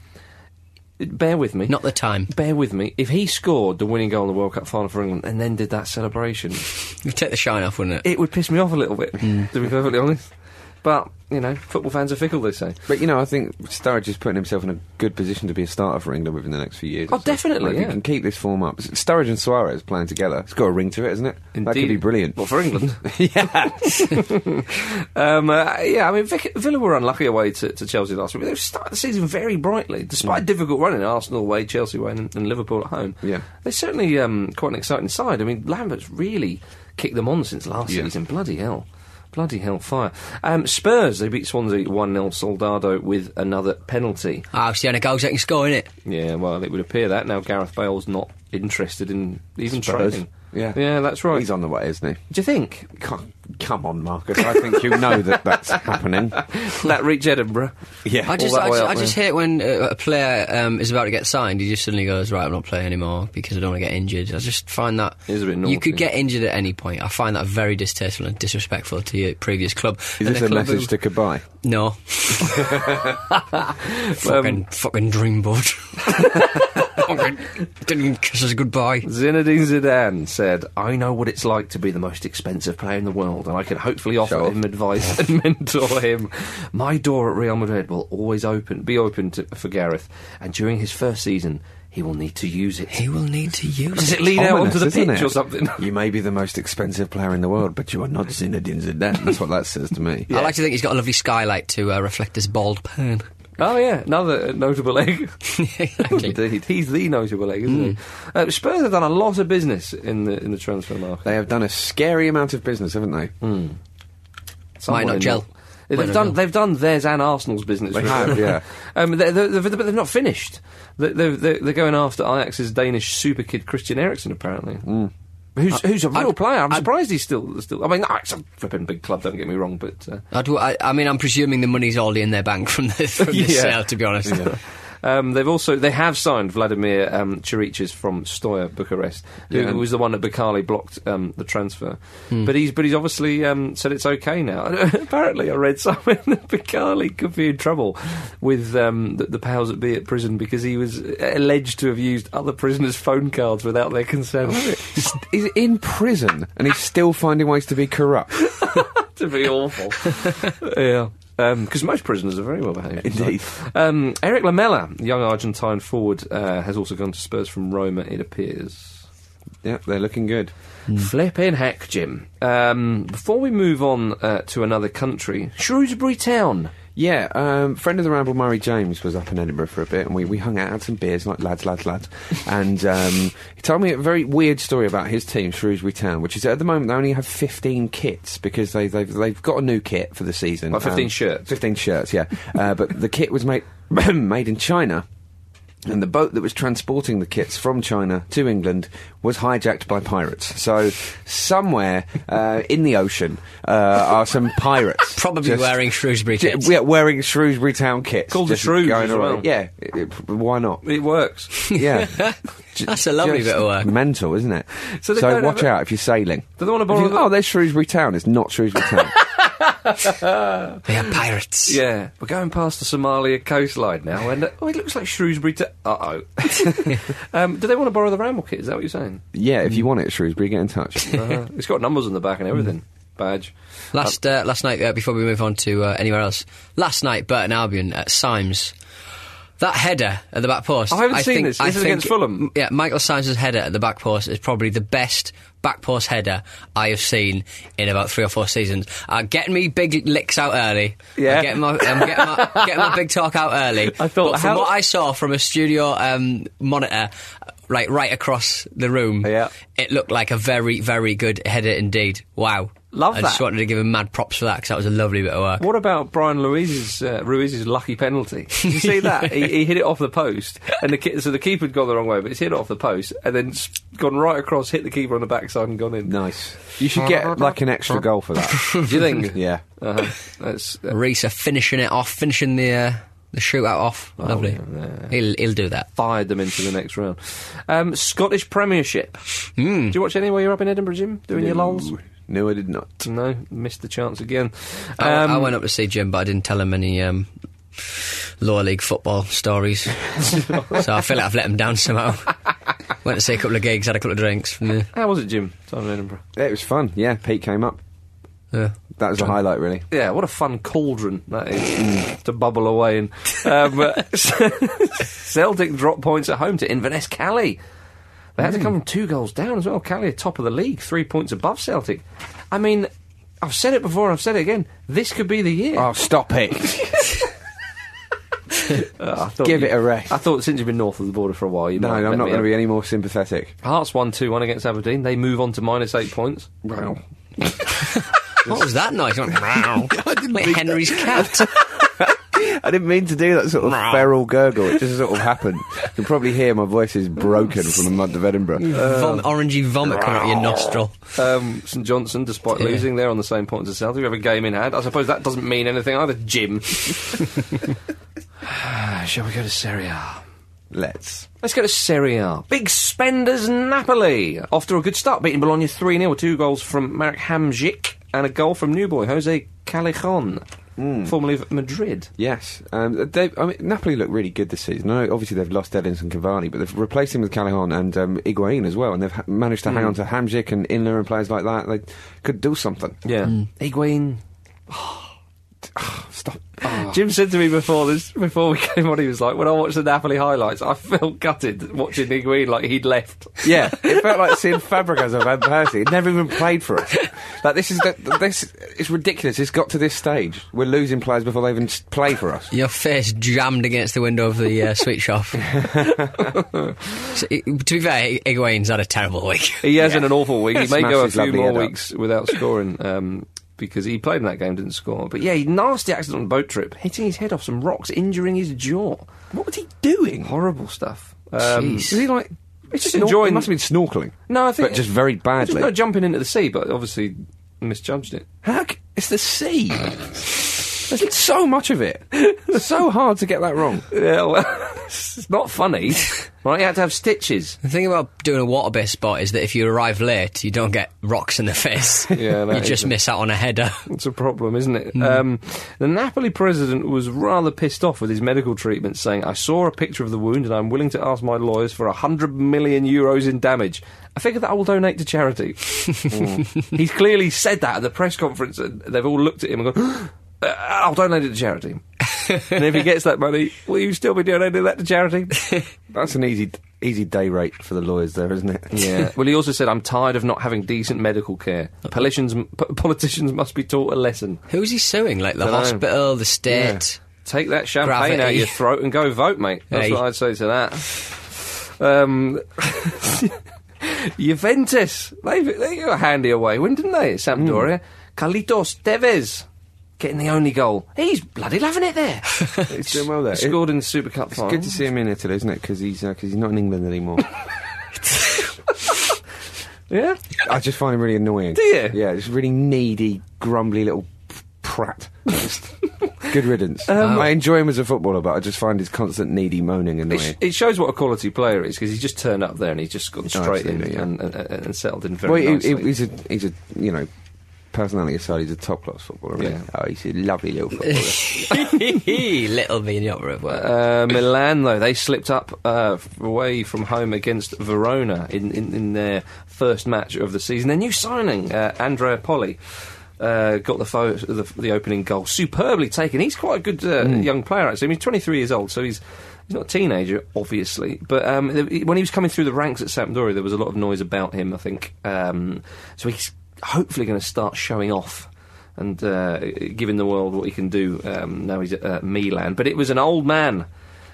Speaker 2: bear with me.
Speaker 3: Hmm. Not the time.
Speaker 2: Bear with me. If he scored the winning goal in the World Cup final for England and then did that celebration,
Speaker 3: You'd take the shine off, wouldn't it?
Speaker 2: it would piss me off a little bit,
Speaker 3: Hmm.
Speaker 2: to be perfectly honest. But, you know, football fans are fickle, they say.
Speaker 4: But you know, I think Sturridge is putting himself in a good position to be a starter for England within the next few years.
Speaker 2: Oh,
Speaker 4: or so.
Speaker 2: definitely,
Speaker 4: Like, if
Speaker 2: yeah.
Speaker 4: He can keep this form up. S- Sturridge and Suarez playing together. It's got a ring to it, isn't it? That could
Speaker 2: Indeed.
Speaker 4: be brilliant.
Speaker 2: Well, for England. yeah. um, uh, yeah, I mean, Vic- Villa were unlucky away to, to Chelsea last week. They started the season very brightly, despite a difficult running Arsenal away, Chelsea away, and, and Liverpool at home.
Speaker 4: Yeah.
Speaker 2: They're certainly um, quite an exciting side. I mean, Lambert's really kicked them on since last
Speaker 4: Yeah.
Speaker 2: season. Bloody hell. Bloody hellfire. Um, Spurs, they beat Swansea 1 0 Soldado with another penalty.
Speaker 3: Ah, see how many goals they can score, innit?
Speaker 2: Yeah, well, it would appear that now Gareth Bale's not interested in even
Speaker 4: Spurs.
Speaker 2: training.
Speaker 4: Yeah.
Speaker 2: Yeah, that's right.
Speaker 4: He's on the way, isn't he?
Speaker 2: Do you think?
Speaker 4: Come, come on, Marcus. I think you know that that's happening.
Speaker 2: that reach Edinburgh.
Speaker 4: Yeah.
Speaker 3: I just,
Speaker 2: that
Speaker 3: I
Speaker 2: way
Speaker 3: just,
Speaker 2: up
Speaker 3: I just hate when uh, a player um, is about to get signed. He just suddenly goes, "Right, I'm not playing anymore because I don't want to get injured." I just find that
Speaker 2: It is a bit
Speaker 3: you
Speaker 2: naughty.
Speaker 3: could get injured at any point. I find that very distasteful and disrespectful to your previous club.
Speaker 4: Is
Speaker 3: And
Speaker 4: this
Speaker 3: the
Speaker 4: a
Speaker 3: club
Speaker 4: message
Speaker 3: who-
Speaker 4: to goodbye?
Speaker 3: No. fucking,
Speaker 2: Um,
Speaker 3: fucking dream bud. fucking didn't kiss us goodbye.
Speaker 2: Zinedine Zidane said, I know what it's like to be the most expensive player in the world, and I can hopefully offer
Speaker 4: Sure.
Speaker 2: him advice and mentor him. My door at Real Madrid will always open, be open to, for Gareth, and during his first season, he will need to use it.
Speaker 3: He will need to use
Speaker 2: Does
Speaker 3: it.
Speaker 2: it lead out
Speaker 4: Ominous,
Speaker 2: onto the
Speaker 4: isn't
Speaker 2: pitch
Speaker 4: it?
Speaker 2: or something?
Speaker 4: You may be the most expensive player in the world, but you are not Zinedine Zidane. That's what that says to me.
Speaker 3: I like to think he's got a lovely skylight to uh, reflect his bald pan.
Speaker 2: oh, yeah, another notable egg.
Speaker 3: exactly.
Speaker 2: Indeed, he's the notable egg, isn't he? Uh, Spurs have done a lot of business in the in the transfer market.
Speaker 4: They have done a scary amount of business, haven't they?
Speaker 2: Hmm. Somewhat
Speaker 3: not
Speaker 2: in
Speaker 3: gel.
Speaker 2: that-
Speaker 3: Might
Speaker 2: They've
Speaker 3: not
Speaker 2: done.
Speaker 3: gel.
Speaker 2: They've done theirs and Arsenal's business. They
Speaker 4: have, yeah.
Speaker 2: um, they're, they're, they're, but they're not finished. They're, they're, they're they're going after Ajax's Danish super kid Christian Eriksen, apparently. Who's, who's a real
Speaker 3: I'd-
Speaker 2: player? I'm
Speaker 3: I'd-
Speaker 2: surprised he's still still. I mean, it's a flipping big club. Don't get me wrong, but uh,
Speaker 3: I'd, I, I mean, I'm presuming the money's already in their bank from, the, from this
Speaker 2: Yeah.
Speaker 3: sale, to be honest.
Speaker 2: um, they've also they have signed Vladimir um, Chiriches from Steaua Bucharest, who
Speaker 4: Yeah.
Speaker 2: was the one that Bakali blocked um, the transfer. But he's but he's obviously um, said it's okay now. Apparently, I read somewhere that Bakali could be in trouble with um, the, the powers that be at prison because he was alleged to have used other prisoners' phone cards without their consent.
Speaker 4: He's in prison and he's still finding ways to be corrupt.
Speaker 2: to be awful. yeah. Because most prisoners are very well behaved.
Speaker 4: Indeed.
Speaker 2: Um, Eric Lamela, young Argentine forward, uh, has also gone to Spurs from Roma, it appears.
Speaker 4: Yeah, they're looking good.
Speaker 2: Mm. Flipping heck, Jim. Um, before we move on uh, to another country, Shrewsbury Town.
Speaker 4: Yeah, um, friend of the Ramble, Murray James, was up in Edinburgh for a bit, and we, we hung out, had some beers, like lads, lads, lads. and um, he told me a very weird story about his team, Shrewsbury Town, which is that at the moment they only have 15 kits because they, they've, they've got a new kit for the season. Um,
Speaker 2: Like 15 shirts?
Speaker 4: 15 shirts, yeah. uh, but the kit was made, made in China. and the boat that was transporting the kits from China to England was hijacked by pirates. So somewhere uh, in the ocean uh, are some pirates,
Speaker 3: Probably
Speaker 4: just-
Speaker 3: wearing Shrewsbury
Speaker 4: J-
Speaker 3: kits.
Speaker 4: yeah, wearing Shrewsbury Town kits.
Speaker 2: Called the
Speaker 4: just
Speaker 2: Shrews
Speaker 4: going
Speaker 2: as
Speaker 4: around.
Speaker 2: well.
Speaker 4: Yeah, it- it- why not?
Speaker 2: It works.
Speaker 4: Yeah,
Speaker 3: That's a lovely
Speaker 4: Just
Speaker 3: bit of work.
Speaker 4: Mental, isn't it?
Speaker 2: uh, So
Speaker 4: So,
Speaker 2: they don't
Speaker 4: watch
Speaker 2: have a-
Speaker 4: out if you're sailing.
Speaker 2: uh, They don't wanna
Speaker 4: If
Speaker 2: borrow
Speaker 4: you-
Speaker 2: the-
Speaker 4: Oh, there's Shrewsbury Town. It's not Shrewsbury Town.
Speaker 3: They are pirates.
Speaker 2: yeah, we're going past the Somalia coastline now, and uh, oh, it looks like Shrewsbury. To- uh oh. um, do they want to borrow the Ramble kit? Is that what you're saying?
Speaker 4: yeah,
Speaker 2: Hmm.
Speaker 4: if you want it, Shrewsbury, get in touch.
Speaker 2: Uh, it's got numbers on the back and everything. Badge.
Speaker 3: Last uh, last night, uh, before we move on to uh, anywhere else, last night Burton Albion at Symes. That header at the back post.
Speaker 2: Oh, I haven't seen this. This is against Fulham.
Speaker 3: M- Yeah, Michael Symes' header at the back post is probably the best back post header I have seen in about three or four seasons. I'm getting me big licks out early.
Speaker 4: Yeah.
Speaker 3: I'm getting my, I'm getting my, getting my big talk out early.
Speaker 2: I thought,
Speaker 3: but from
Speaker 2: how-
Speaker 3: what I saw from a studio um, monitor, like right across the room,
Speaker 4: Yeah.
Speaker 3: it looked like a very, very good header indeed. Wow.
Speaker 2: Love
Speaker 3: I just
Speaker 2: that.
Speaker 3: wanted to give him mad props for that because that was a lovely bit of work.
Speaker 2: What about Brian Ruiz's, uh, Ruiz's lucky penalty? Did you see that? he, he hit it off the post, and the ki- so the keeper had gone the wrong way, but it's hit it off the post and then s- gone right across, hit the keeper on the backside, and gone in.
Speaker 4: nice. You should get like an extra goal for that.
Speaker 2: Do you think?
Speaker 4: yeah.
Speaker 2: Uh-huh. That's, uh,
Speaker 3: Reese are finishing it off, finishing the uh, the shootout off.
Speaker 2: Oh,
Speaker 3: lovely. He'll he'll do that.
Speaker 2: fired them into the next round. Um, Scottish Premiership. Do you watch any while you're up in Edinburgh, Jim? Doing your lols?
Speaker 4: No, I did not.
Speaker 2: No, missed the chance again.
Speaker 3: I,
Speaker 2: Um,
Speaker 3: I went up to see Jim, but I didn't tell him any um, lower league football stories, so I feel like I've let him down somehow. went to see a couple of gigs, had a couple of drinks. Yeah,
Speaker 2: How was it, Jim? Time in Edinburgh.
Speaker 4: It was fun. Yeah, Pete came up.
Speaker 3: yeah.
Speaker 4: That was the highlight, really.
Speaker 2: Yeah, what a fun cauldron that is to bubble away in. Um, uh, Celtic drop points at home to Inverness Cali. They had to come from two goals down as well. Cali are top of the league, three points above Celtic. I mean, I've said it before and I've said it again. This could be the year.
Speaker 4: Oh, stop it!
Speaker 2: Uh, I thought
Speaker 4: give
Speaker 2: you-
Speaker 4: it a rest.
Speaker 2: I thought since you've been north of the border for a while, you
Speaker 4: no,
Speaker 2: might
Speaker 4: I'm
Speaker 2: let
Speaker 4: not
Speaker 2: me
Speaker 4: going to
Speaker 2: have-
Speaker 4: be any more sympathetic.
Speaker 2: Hearts won two one against Aberdeen. They move on to minus eight points.
Speaker 4: Wow.
Speaker 3: What was that noise? It went, "Meow." like Henry's cat.
Speaker 4: I didn't mean to do that sort of
Speaker 3: Meow.
Speaker 4: feral gurgle. It just sort of happened. You can probably hear my voice is broken from the mud of Edinburgh.
Speaker 2: Uh,
Speaker 3: Vom- orangey vomit coming out of your nostril.
Speaker 2: Um, St Johnson, despite
Speaker 3: Yeah.
Speaker 2: losing, they're on the same points as Celtic. We have a game in hand. I suppose that doesn't mean anything either, Jim. Shall we go to Serie A?
Speaker 4: Let's.
Speaker 2: Let's go to Serie A. Big spenders Napoli. After a good start, beating Bologna 3 0, two goals from Marek Hamzik and a goal from new boy Jose Callejon, formerly of Madrid.
Speaker 4: Yes, um, they, I mean, Napoli look really good this season. I know obviously they've lost Edinson Cavani, but they've replaced him with Callahan and um, Higuain as well, and they've ha- managed to hang on to Hamzik and Inler and players like that. They could do something.
Speaker 2: Yeah. Higuain.
Speaker 4: Stop.
Speaker 2: Ah, Jim said to me before this, before we came on, he was like, "When I watched the Napoli highlights, I felt gutted watching Higuain like he'd left."
Speaker 4: Yeah, it felt like seeing Fabregas or Van Persie. He'd never even played for us. Like this is the, this it's ridiculous. It's got to this stage. We're losing players before they even s- play for us.
Speaker 3: Your face jammed against the window of the uh, sweet shop. So, i- to be fair, Higuain's had a terrible week.
Speaker 2: He has in an awful week. He may
Speaker 4: Smashed
Speaker 2: go a
Speaker 4: his
Speaker 2: few
Speaker 4: lovely
Speaker 2: more
Speaker 4: head up.
Speaker 2: weeks without scoring um, because he played in that game, didn't score. But yeah, he nasty accident on the boat trip, hitting his head off some rocks, injuring his jaw.
Speaker 4: What was he doing?
Speaker 2: Horrible stuff.
Speaker 3: Jeez.
Speaker 4: Was he like?
Speaker 2: It's just
Speaker 4: snor-
Speaker 2: enjoying-
Speaker 4: He must have been snorkeling.
Speaker 2: No, I think
Speaker 4: But just very
Speaker 2: Just
Speaker 4: badly.
Speaker 2: no jumping into the sea, but obviously misjudged it.
Speaker 4: How c- it's the sea. There's so much of it. It's so hard to get that wrong.
Speaker 2: Yeah, well, it's not funny, right? You had to have stitches.
Speaker 3: The thing about doing a water based spot is that if you arrive late, you don't get rocks in the face.
Speaker 2: Yeah, that
Speaker 3: you
Speaker 2: is
Speaker 3: just
Speaker 2: a-
Speaker 3: miss out on a header.
Speaker 2: It's a problem, isn't it? Um, the Napoli president was rather pissed off with his medical treatment, saying, I saw a picture of the wound and I'm willing to ask my lawyers for 100 million euros in damage. I figure that I will donate to charity. He's clearly said that at the press conference, and they've all looked at him and gone, "Uh, I'll donate it to charity. and if he gets that money, will you still be donating that to charity?
Speaker 4: That's an easy, easy day rate for the lawyers, there, isn't it?
Speaker 2: Yeah. well, he also said, I'm tired of not having decent medical care. Politicians, p- politicians must be taught a lesson.
Speaker 3: Who's he suing? Like the
Speaker 2: Dunno.
Speaker 3: hospital, the state?
Speaker 2: Take that champagne
Speaker 3: Gravity.
Speaker 2: out of your throat and go vote, mate. That's
Speaker 3: Hey.
Speaker 2: what I'd say to that. Um,
Speaker 4: Hmm.
Speaker 2: Juventus, they, they got a handy away win, didn't they? Sampdoria. Carlitos Tevez getting the only goal. He's bloody loving it there.
Speaker 4: He's doing well there.
Speaker 2: He scored in the Super Cup
Speaker 4: It's
Speaker 2: final.
Speaker 4: good to see him in Italy, isn't it? Because he's, uh 'cause he's not in England anymore.
Speaker 2: Yeah.
Speaker 4: I just find him really annoying.
Speaker 2: Do you?
Speaker 4: Yeah, just really needy, grumbly little p- prat. Good riddance. I enjoy him as a footballer, but I just find his constant needy moaning
Speaker 2: It,
Speaker 4: annoying.
Speaker 2: sh- it shows what a quality player is because he just turned up there and he's just gone straight in
Speaker 4: Oh, absolutely, yeah.
Speaker 2: and, and, and, and settled in very
Speaker 4: well, he-
Speaker 2: nicely.
Speaker 4: he- he's a he's a you know. Personality aside, he's a top class footballer. Really.
Speaker 2: Yeah.
Speaker 4: Oh, he's a lovely little footballer.
Speaker 3: Little me in the opera. But,
Speaker 2: Uh, Milan, though, they slipped up uh, f- away from home against Verona in, in, in their first match of the season. Their new signing, uh, Andrea Poli. Uh, got the, fo- the the opening goal superbly taken. He's quite a good uh, young player actually. I mean, he's 23 years old, so he's he's not a teenager, obviously. But um, th- when he was coming through the ranks at Sampdoria, there was a lot of noise about him. I think um, so. He's hopefully going to start showing off and uh, giving the world what he can do. Um, now he's at uh, Milan, but it was an old man,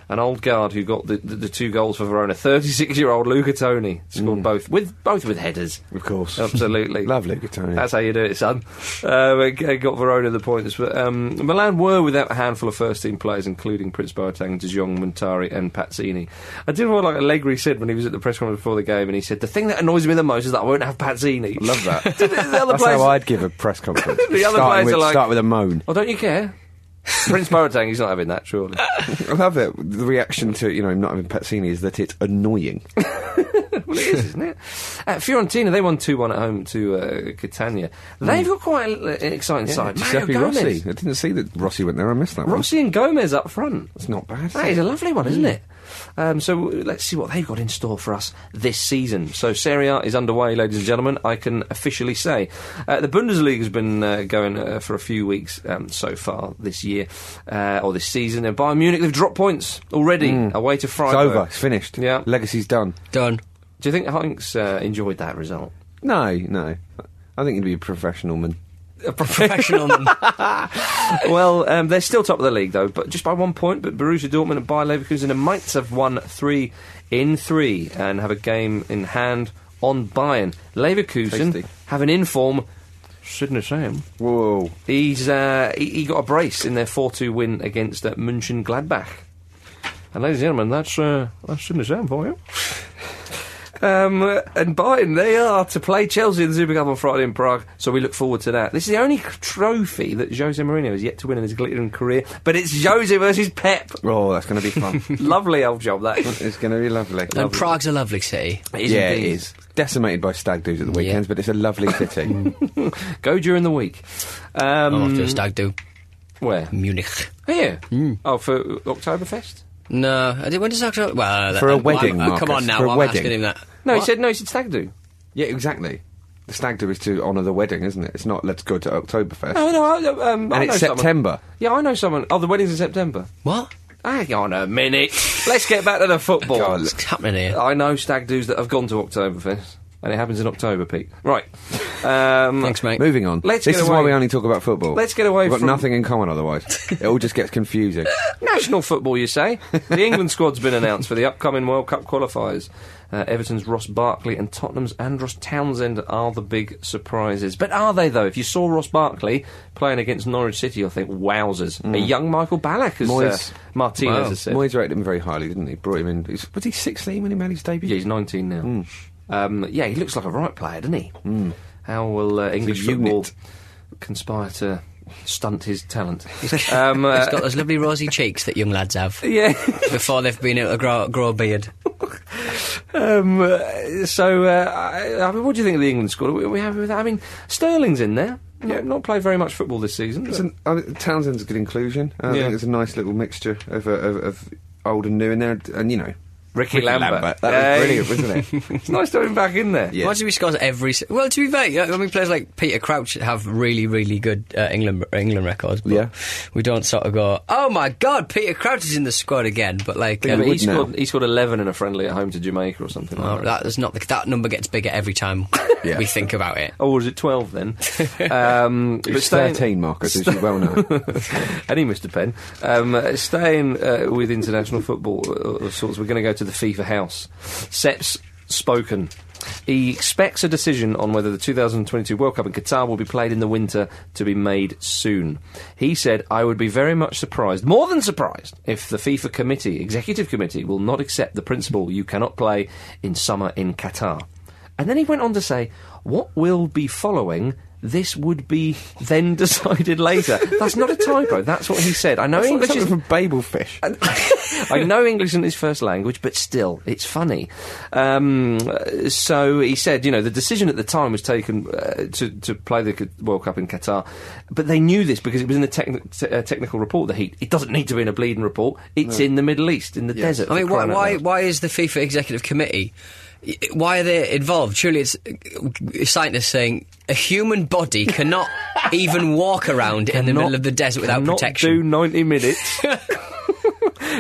Speaker 2: an old guard who got the, the, the two goals for Verona. Thirty-six-year-old Luca Toni
Speaker 4: Mm.
Speaker 2: scored both with both with headers.
Speaker 4: Of course.
Speaker 2: Absolutely.
Speaker 4: Love Luca Toni.
Speaker 2: That's how you do it, son. Uh, it g- got Verona the points. But um, Milan were without a handful of first team players, including Prince Boateng, De Jong, Montari, and Pazzini. I did what like Allegri said when he was at the press conference before the game, and he said, The thing that annoys me the most is that I won't have Pazzini.
Speaker 4: Love that.
Speaker 2: The other
Speaker 4: That's
Speaker 2: players-
Speaker 4: how I'd give a press conference.
Speaker 2: The other
Speaker 4: Starting
Speaker 2: players
Speaker 4: with,
Speaker 2: are like-
Speaker 4: start with a moan.
Speaker 2: Well, Oh, don't you care? Prince Boateng, he's not having that, surely.
Speaker 4: I love it. The reaction to you know him not having Pazzini is that it's annoying.
Speaker 2: well, it is, isn't it? Uh, Fiorentina, they won 2 1 at home to uh, Catania. They've got quite a, an exciting side. Mario
Speaker 4: Mm. Giuseppe
Speaker 2: Gomez.
Speaker 4: Rossi. I didn't see that Rossi went there. I missed that. one.
Speaker 2: Rossi and Gomez up front.
Speaker 4: It's not bad.
Speaker 2: That is a lovely
Speaker 4: Mm.
Speaker 2: one, isn't it? Um, so w- let's see what they've got in store for us this season. So Serie A is underway, ladies and gentlemen. I can officially say uh, the Bundesliga has been uh, going uh, for a few weeks um, so far this year uh, or this season. And Bayern Munich they've dropped points already away to
Speaker 4: Mm. It's
Speaker 2: Freiburg.
Speaker 4: over. It's finished.
Speaker 2: Yeah.
Speaker 4: Legacy's done.
Speaker 3: done.
Speaker 2: Do you think Hanks uh, enjoyed that result?
Speaker 4: No, no. I think he'd be a professional man.
Speaker 3: A professional man.
Speaker 2: well, um, they're still top of the league though, but just by one point. But Borussia Dortmund and Bayer Leverkusen and Mainz have won three in three and have a game in hand on Bayern. Leverkusen
Speaker 4: Tasty.
Speaker 2: have an inform. Sidney Sam.
Speaker 4: Whoa.
Speaker 2: He's uh, he, he got a brace in their four-two win against uh, München Gladbach. And ladies and gentlemen, that's uh, that's Sidney Sam for you. Um, uh, and Bayern, they are to play Chelsea in the Super Cup on Friday in Prague, so we look forward to that. This is the only c- trophy that Jose Mourinho has yet to win in his glittering career, but it's Jose versus Pep.
Speaker 4: Oh, that's going to be fun.
Speaker 2: Lovely old job, that.
Speaker 4: it's going to be lovely.
Speaker 3: and Prague's a lovely city.
Speaker 4: yeah, it is. Decimated by stag doos at the weekends, but it's a lovely city.
Speaker 2: Mm. Go during the week. Um,
Speaker 3: I'm
Speaker 4: Mm.
Speaker 3: off to a stag do.
Speaker 2: Where?
Speaker 3: Munich.
Speaker 2: Here. Oh, for Oktoberfest?
Speaker 3: No, I did, when does October? Well,
Speaker 4: For a
Speaker 3: I'm-
Speaker 4: wedding,
Speaker 3: I'm- come
Speaker 4: Marcus,
Speaker 3: on now,
Speaker 4: for a
Speaker 3: I'm
Speaker 4: wedding.
Speaker 3: asking him that.
Speaker 2: No, he said no. He said stag do.
Speaker 4: yeah, exactly. The stag do is to honour the wedding, isn't it? It's not let's go to Oktoberfest.
Speaker 2: No, no. I, um, I
Speaker 4: and it's
Speaker 2: know someone-
Speaker 4: September.
Speaker 2: Yeah, I know someone. Oh, the wedding's in September.
Speaker 3: What?
Speaker 2: Hang on a minute. Let's get back to the football.
Speaker 4: God,
Speaker 3: What's happening here?
Speaker 2: I know stag doos that have gone to Oktoberfest, and it happens in October, Pete. Right. Um,
Speaker 3: Thanks, mate.
Speaker 4: Moving on.
Speaker 2: Let's
Speaker 4: this
Speaker 2: get
Speaker 4: is
Speaker 2: away-
Speaker 4: why we only talk about football.
Speaker 2: Let's get away
Speaker 4: We've got
Speaker 2: from-
Speaker 4: nothing in common otherwise. it all just gets confusing.
Speaker 2: National football, you say? The England squad's been announced for the upcoming World Cup qualifiers. Uh, Everton's Ross Barkley and Tottenham's Andros Townsend are the big surprises. But are they, though? If you saw Ross Barkley playing against Norwich City, you'll think, wowzers. A young Michael Ballack, as uh,
Speaker 4: Hmm. Moyes.
Speaker 2: Martinez
Speaker 3: Wow.
Speaker 2: has said.
Speaker 4: Moyes rated him very highly, didn't he? Brought him in. he's- Was he 16 when he made his debut?
Speaker 2: Yeah, he's 19 now. Um, yeah, he looks like a right player, doesn't he? How will uh, English
Speaker 4: unit.
Speaker 2: football conspire to stunt his talent? um,
Speaker 3: He's
Speaker 2: uh,
Speaker 3: got those lovely rosy cheeks that young lads have
Speaker 2: yeah.
Speaker 3: before they've been able to grow, grow a beard.
Speaker 2: Um, uh, so, uh, I, I mean, what do you think of the England squad? Are we, are we happy with that? I mean, Sterling's in there. Not, not played very much football this season.
Speaker 4: It's
Speaker 2: but-
Speaker 4: an, I think Townsend's a good inclusion. I
Speaker 2: Yeah.
Speaker 4: think it's a nice little mixture of, uh, of, of old and new in there, and, and, you know.
Speaker 2: Ricky Lambert.
Speaker 4: That
Speaker 2: Hey.
Speaker 4: was brilliant, wasn't it?
Speaker 2: it's nice to have him back in there.
Speaker 4: Yeah.
Speaker 3: Why do we score every? se- Well, to be fair, yeah, I mean, players like Peter Crouch have really, really good uh, England England records. But
Speaker 4: Yeah.
Speaker 3: we don't sort of go, oh my god, Peter Crouch is in the squad again. But like,
Speaker 2: Yeah,
Speaker 3: um,
Speaker 2: but he
Speaker 4: would now.
Speaker 2: scored, he scored 11 in a friendly at home to Jamaica or something like
Speaker 3: well,
Speaker 2: that.
Speaker 3: that is not the, that number gets bigger every time
Speaker 4: Yeah.
Speaker 3: we think about it.
Speaker 2: Oh, was it 12 then? um, but
Speaker 4: It's
Speaker 2: staying-
Speaker 4: 13, Marcus, as you well know.
Speaker 2: Any Mr. Penn. Um, uh, staying uh, with uh, international football uh, of sorts, we're going to go to the FIFA house. Seps spoken. He expects a decision on whether the 2022 World Cup in Qatar will be played in the winter to be made soon. He said, I would be very much surprised, more than surprised, if the FIFA committee, executive committee, will not accept the principle you cannot play in summer in Qatar. And then he went on to say, What will be following? This would be then decided later. That's not a typo. That's what he said. I know English
Speaker 4: English
Speaker 2: is
Speaker 4: from Babelfish.
Speaker 2: Uh, I know English isn't his first language, but still, it's funny. Um, uh, so he said, you know, the decision at the time was taken uh, to, to play the Q- World Cup in Qatar, but they knew this because it was in the techni- te- uh, technical report, the heat. It doesn't need to be in a bleeding report, it's in the Middle East, in the desert.
Speaker 3: I mean,
Speaker 2: for
Speaker 3: why,
Speaker 2: crying out
Speaker 3: why,
Speaker 2: loud.
Speaker 3: why is the FIFA executive committee? y- Why are they involved? Surely it's uh, scientists saying a human body cannot even walk around in the
Speaker 2: Cannot-
Speaker 3: middle of the desert without
Speaker 2: cannot
Speaker 3: protection.
Speaker 2: do 90 minutes.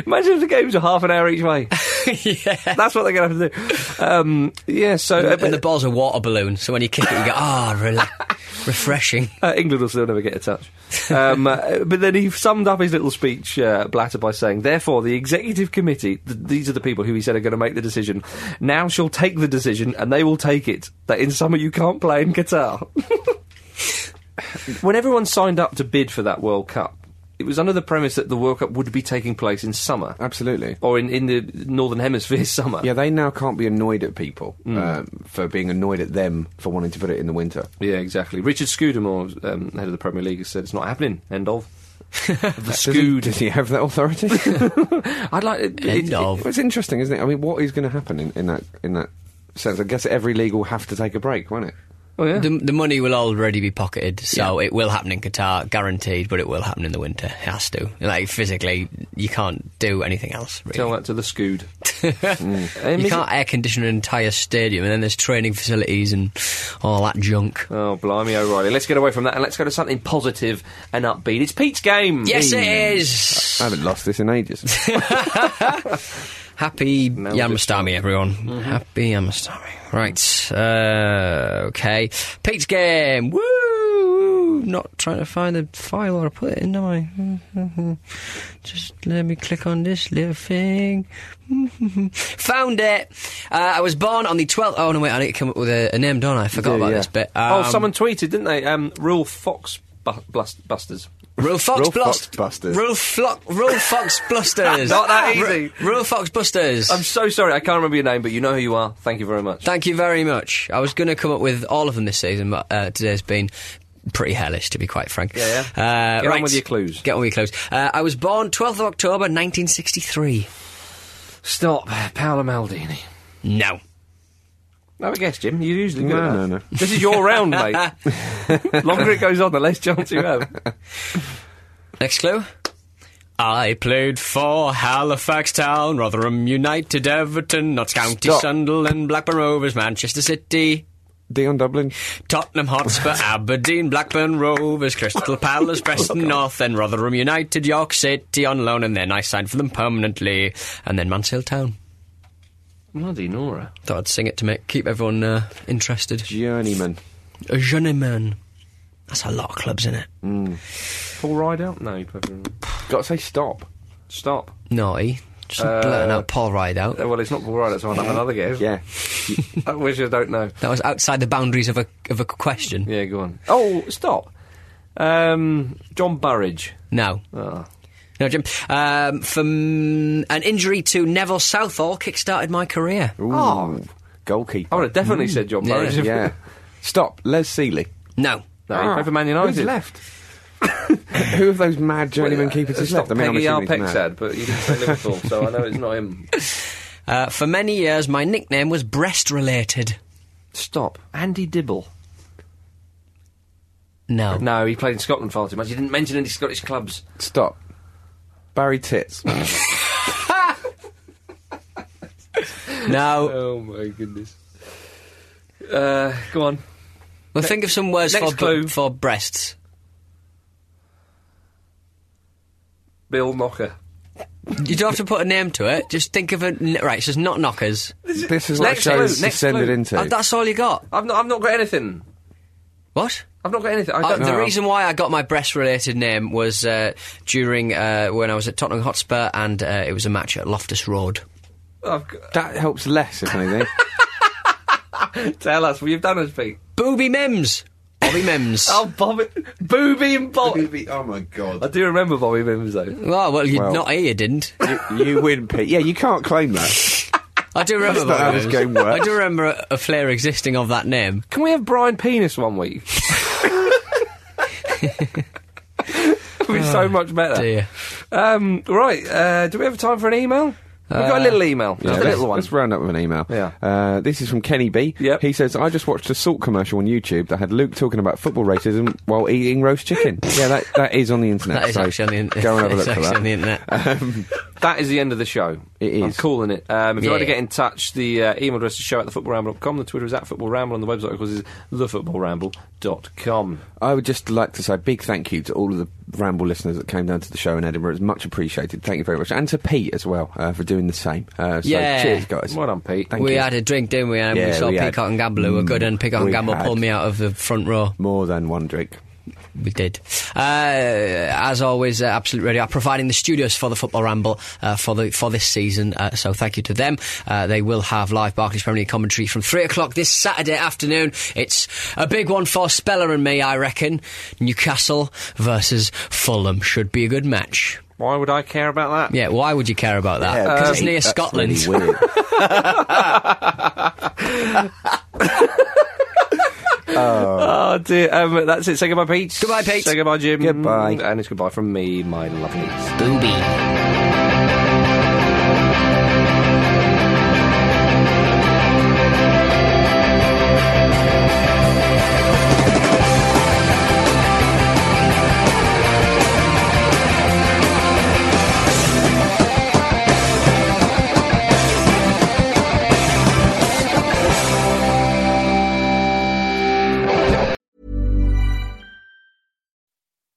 Speaker 2: Imagine if the games are half an hour each way.
Speaker 3: yeah.
Speaker 2: That's what they're going to have to do. Um, yeah, so. uh,
Speaker 3: And the ball's a water balloon, so when you kick it, you go, ah, relax, refreshing.
Speaker 2: Uh, England will still never get a touch. Um, uh, but then he summed up his little speech, uh, Blatter, by saying, Therefore, the executive committee, th- these are the people who he said are going to make the decision, now shall take the decision and they will take it that in summer you can't play in Qatar. when everyone signed up to bid for that World Cup, it was under the premise that the World Cup would be taking place in summer.
Speaker 4: Absolutely.
Speaker 2: Or in, in the Northern Hemisphere summer.
Speaker 4: Yeah, they now can't be annoyed at people
Speaker 2: Hmm.
Speaker 4: um, for being annoyed at them for wanting to put it in the winter.
Speaker 2: Yeah, exactly. Richard Scudamore, um, head of the Premier League, has said it's not happening. End of. the
Speaker 4: Does he,
Speaker 2: Scood.
Speaker 4: does he have that authority?
Speaker 2: I'd like. It,
Speaker 3: End
Speaker 2: it-
Speaker 3: of.
Speaker 4: Well, it's interesting, isn't it? I mean, what is going to happen in, in that in that sense? I guess every league will have to take a break, won't it?
Speaker 2: Oh, yeah.
Speaker 3: The, the money will already be pocketed, so it will happen in Qatar, guaranteed. But it will happen in the winter. It has to. Like physically, you can't do anything else. Really.
Speaker 2: Tell that to the Scood. Um,
Speaker 3: you
Speaker 2: is
Speaker 3: can't air condition an entire stadium, and then there's training facilities and all that junk.
Speaker 2: it- Oh, blimey, O'Reilly. Let's get away from that and let's go to something positive and upbeat. It's Pete's game.
Speaker 3: Yes, it
Speaker 2: Mm.
Speaker 3: is.
Speaker 4: I haven't lost this in ages.
Speaker 3: Happy
Speaker 2: we'll just
Speaker 3: Yamastami, everyone.
Speaker 2: Mm-hmm.
Speaker 3: Happy Yamastami. Right. Uh, okay. Pete's game. Woo! Not trying to find the file or put it in, am I? Just let me click on this little thing. Found it. Uh, I was born on the 12th. Oh, no, wait. I need to come up with a, a name, don't I? I forgot
Speaker 4: do,
Speaker 3: about
Speaker 4: yeah.
Speaker 3: this bit.
Speaker 2: Oh,
Speaker 3: Um,
Speaker 2: someone tweeted, didn't they? Um, Rule Fox bu- blust- Busters.
Speaker 3: Real Fox
Speaker 4: Real
Speaker 3: Blust-
Speaker 4: Fox Busters.
Speaker 3: Real, flock, real Fox Blusters.
Speaker 2: Not that easy.
Speaker 3: Re- Real Fox Busters.
Speaker 2: I'm so sorry, I can't remember your name, but you know who you are. Thank you very much.
Speaker 3: Thank you very much. I was going to come up with all of them this season, but uh, today's been pretty hellish, to be quite frank.
Speaker 2: Yeah,
Speaker 3: Uh,
Speaker 2: Get on
Speaker 3: right.
Speaker 2: with your clues.
Speaker 3: Get on with your clues. Uh, I was born 12th of October 1963.
Speaker 2: Stop, Paolo Maldini.
Speaker 3: No.
Speaker 2: No, I guess, Jim. You're usually good.
Speaker 4: No,
Speaker 2: at
Speaker 4: no,
Speaker 2: that.
Speaker 4: no.
Speaker 2: This is your round, mate. Longer it goes on, the less chance you have.
Speaker 3: Next clue. I played for Halifax Town, Rotherham United, Everton, Notts County,
Speaker 4: Stop.
Speaker 3: Sunderland, Blackburn Rovers, Manchester City,
Speaker 4: Dion Dublin.
Speaker 3: Tottenham Hotspur, Aberdeen, Blackburn Rovers, Crystal Palace,
Speaker 2: Oh,
Speaker 3: Preston North, then Rotherham United, York City on loan, and then I signed for them permanently, and then Mansfield Town.
Speaker 2: Bloody Nora.
Speaker 3: Thought I'd sing it to make, keep everyone uh, interested.
Speaker 4: Journeyman.
Speaker 3: A journeyman. That's a lot of clubs, isn't it?
Speaker 2: Paul Rideout? No, you probably
Speaker 4: Got to say stop.
Speaker 2: Stop.
Speaker 3: Naughty. Just
Speaker 2: Uh,
Speaker 3: blurting out Paul Rideout.
Speaker 2: Uh, Well, it's not Paul Rideout, so I'll have another guess.
Speaker 4: Yeah.
Speaker 2: I wish I don't know.
Speaker 3: That was outside the boundaries of a, of a question.
Speaker 2: Yeah, go on. Oh, stop. Um, John Burridge.
Speaker 3: No.
Speaker 2: Ah.
Speaker 3: No, Jim. Um, from an injury to Neville Southall kick-started my career.
Speaker 4: Ooh.
Speaker 2: Oh. I
Speaker 4: Goalkeeper.
Speaker 2: would have definitely said John
Speaker 3: Yeah.
Speaker 2: Burridge. if-
Speaker 4: Mm. yeah. stop. Les Seeley.
Speaker 3: No.
Speaker 2: No, he played for Man United.
Speaker 4: Ah. Who's left? Who of those mad journeyman keepers
Speaker 2: uh, It's
Speaker 4: is
Speaker 2: not
Speaker 4: left? I'm
Speaker 2: Peggy
Speaker 4: assuming he's mad.
Speaker 2: Arpexad, but he didn't play Liverpool, so I know it's not him.
Speaker 3: Uh, for many years, my nickname was breast-related.
Speaker 2: Stop. Andy Dibble.
Speaker 3: No.
Speaker 2: No, he played in Scotland far too much. He didn't mention any Scottish clubs.
Speaker 4: Stop. Barry Tits.
Speaker 3: No.
Speaker 2: Oh, my goodness. Uh, go on.
Speaker 3: Well, think of some words
Speaker 2: next
Speaker 3: for,
Speaker 2: clue.
Speaker 3: for breasts.
Speaker 2: Bill Knocker.
Speaker 3: You don't have to put a name to it. Just think of it. Right, so it's not knockers.
Speaker 4: this is what
Speaker 2: Next
Speaker 4: shows
Speaker 2: clue, next
Speaker 4: descended
Speaker 2: clue.
Speaker 4: into.
Speaker 3: Uh, that's all you got.
Speaker 2: I've not, I've not got anything.
Speaker 3: What?
Speaker 2: I've not got anything. I
Speaker 3: Uh,
Speaker 2: don't
Speaker 3: the
Speaker 2: know.
Speaker 3: reason why I got my breast-related name was uh, during uh, when I was at Tottenham Hotspur, and uh, it was a match at Loftus Road.
Speaker 2: I've got-
Speaker 4: That helps less, if anything.
Speaker 2: Tell us what you've done us, Pete.
Speaker 3: Booby Mims. Bobby Mims.
Speaker 2: Oh, Bobby. Booby and Bobby.
Speaker 4: Oh my
Speaker 2: I
Speaker 4: god.
Speaker 2: do remember Bobby Mims, though.
Speaker 3: Well, well, you
Speaker 4: Well.
Speaker 3: not here, you didn't.
Speaker 4: you win, Pete. Yeah, you can't claim that.
Speaker 3: I do remember.
Speaker 4: not how
Speaker 3: Bobby
Speaker 4: this
Speaker 3: Mims.
Speaker 4: game works.
Speaker 3: I do remember a, a flair existing of that name.
Speaker 2: Can we have Brian Penis one week? It'd be so much better.
Speaker 3: Oh, Dear.
Speaker 2: Um, right, uh, do we have time for an email? We've got a
Speaker 3: Uh,
Speaker 2: little email. Just a
Speaker 4: let's,
Speaker 2: little one.
Speaker 4: let's round up with an email.
Speaker 2: Yeah.
Speaker 4: Uh, this is from Kenny B.
Speaker 2: Yep.
Speaker 4: He says, I just watched a salt commercial on YouTube that had Luke talking about football racism while eating roast chicken. yeah, that, that is on the internet.
Speaker 3: That is
Speaker 4: so
Speaker 3: actually on the,
Speaker 4: Go and have a
Speaker 3: it's
Speaker 4: look for
Speaker 3: actually
Speaker 4: that.
Speaker 3: on the internet.
Speaker 2: That is the end of the show.
Speaker 4: It
Speaker 2: I'm
Speaker 4: is.
Speaker 2: calling it. Um, if you'd like to
Speaker 3: Yeah.
Speaker 2: get in touch, the uh, email address is show at thefootballramble.com. The Twitter is at footballramble, and the website, of course, is thefootballramble.com.
Speaker 4: I would just like to say a big thank you to all of the Ramble listeners that came down to the show in Edinburgh. It's much appreciated. Thank you very much. And to Pete as well uh, for doing the same. Uh, so
Speaker 3: Yeah.
Speaker 4: cheers, guys.
Speaker 2: Well done, Pete.
Speaker 4: Thank
Speaker 3: we
Speaker 4: you.
Speaker 3: had a drink, didn't we? And we
Speaker 4: Yeah,
Speaker 3: saw
Speaker 4: we had. Mm,
Speaker 3: Peacock and Gambler were good, and Peacock
Speaker 4: we
Speaker 3: and Gambler
Speaker 4: had.
Speaker 3: pulled me out of the front row.
Speaker 4: More than one drink.
Speaker 3: We did. Uh, as always, uh, Absolute Radio are providing the studios for the Football Ramble uh, for the for this season. Uh, so thank you to them. Uh, they will have live Barclays Premier League commentary from three o'clock this Saturday afternoon. It's a big one for Speller and me, I reckon. Newcastle versus Fulham should be a good match.
Speaker 2: Why would I care about that?
Speaker 3: Yeah, why would you care about that? Because Uh, it's near
Speaker 4: That's
Speaker 3: Scotland.
Speaker 4: really weird.
Speaker 2: Oh, dear. Um, that's it. Say goodbye, Pete.
Speaker 3: Goodbye, Pete.
Speaker 2: Say goodbye, Jim.
Speaker 4: Goodbye.
Speaker 2: And it's goodbye from me, my lovelies.
Speaker 3: Booby.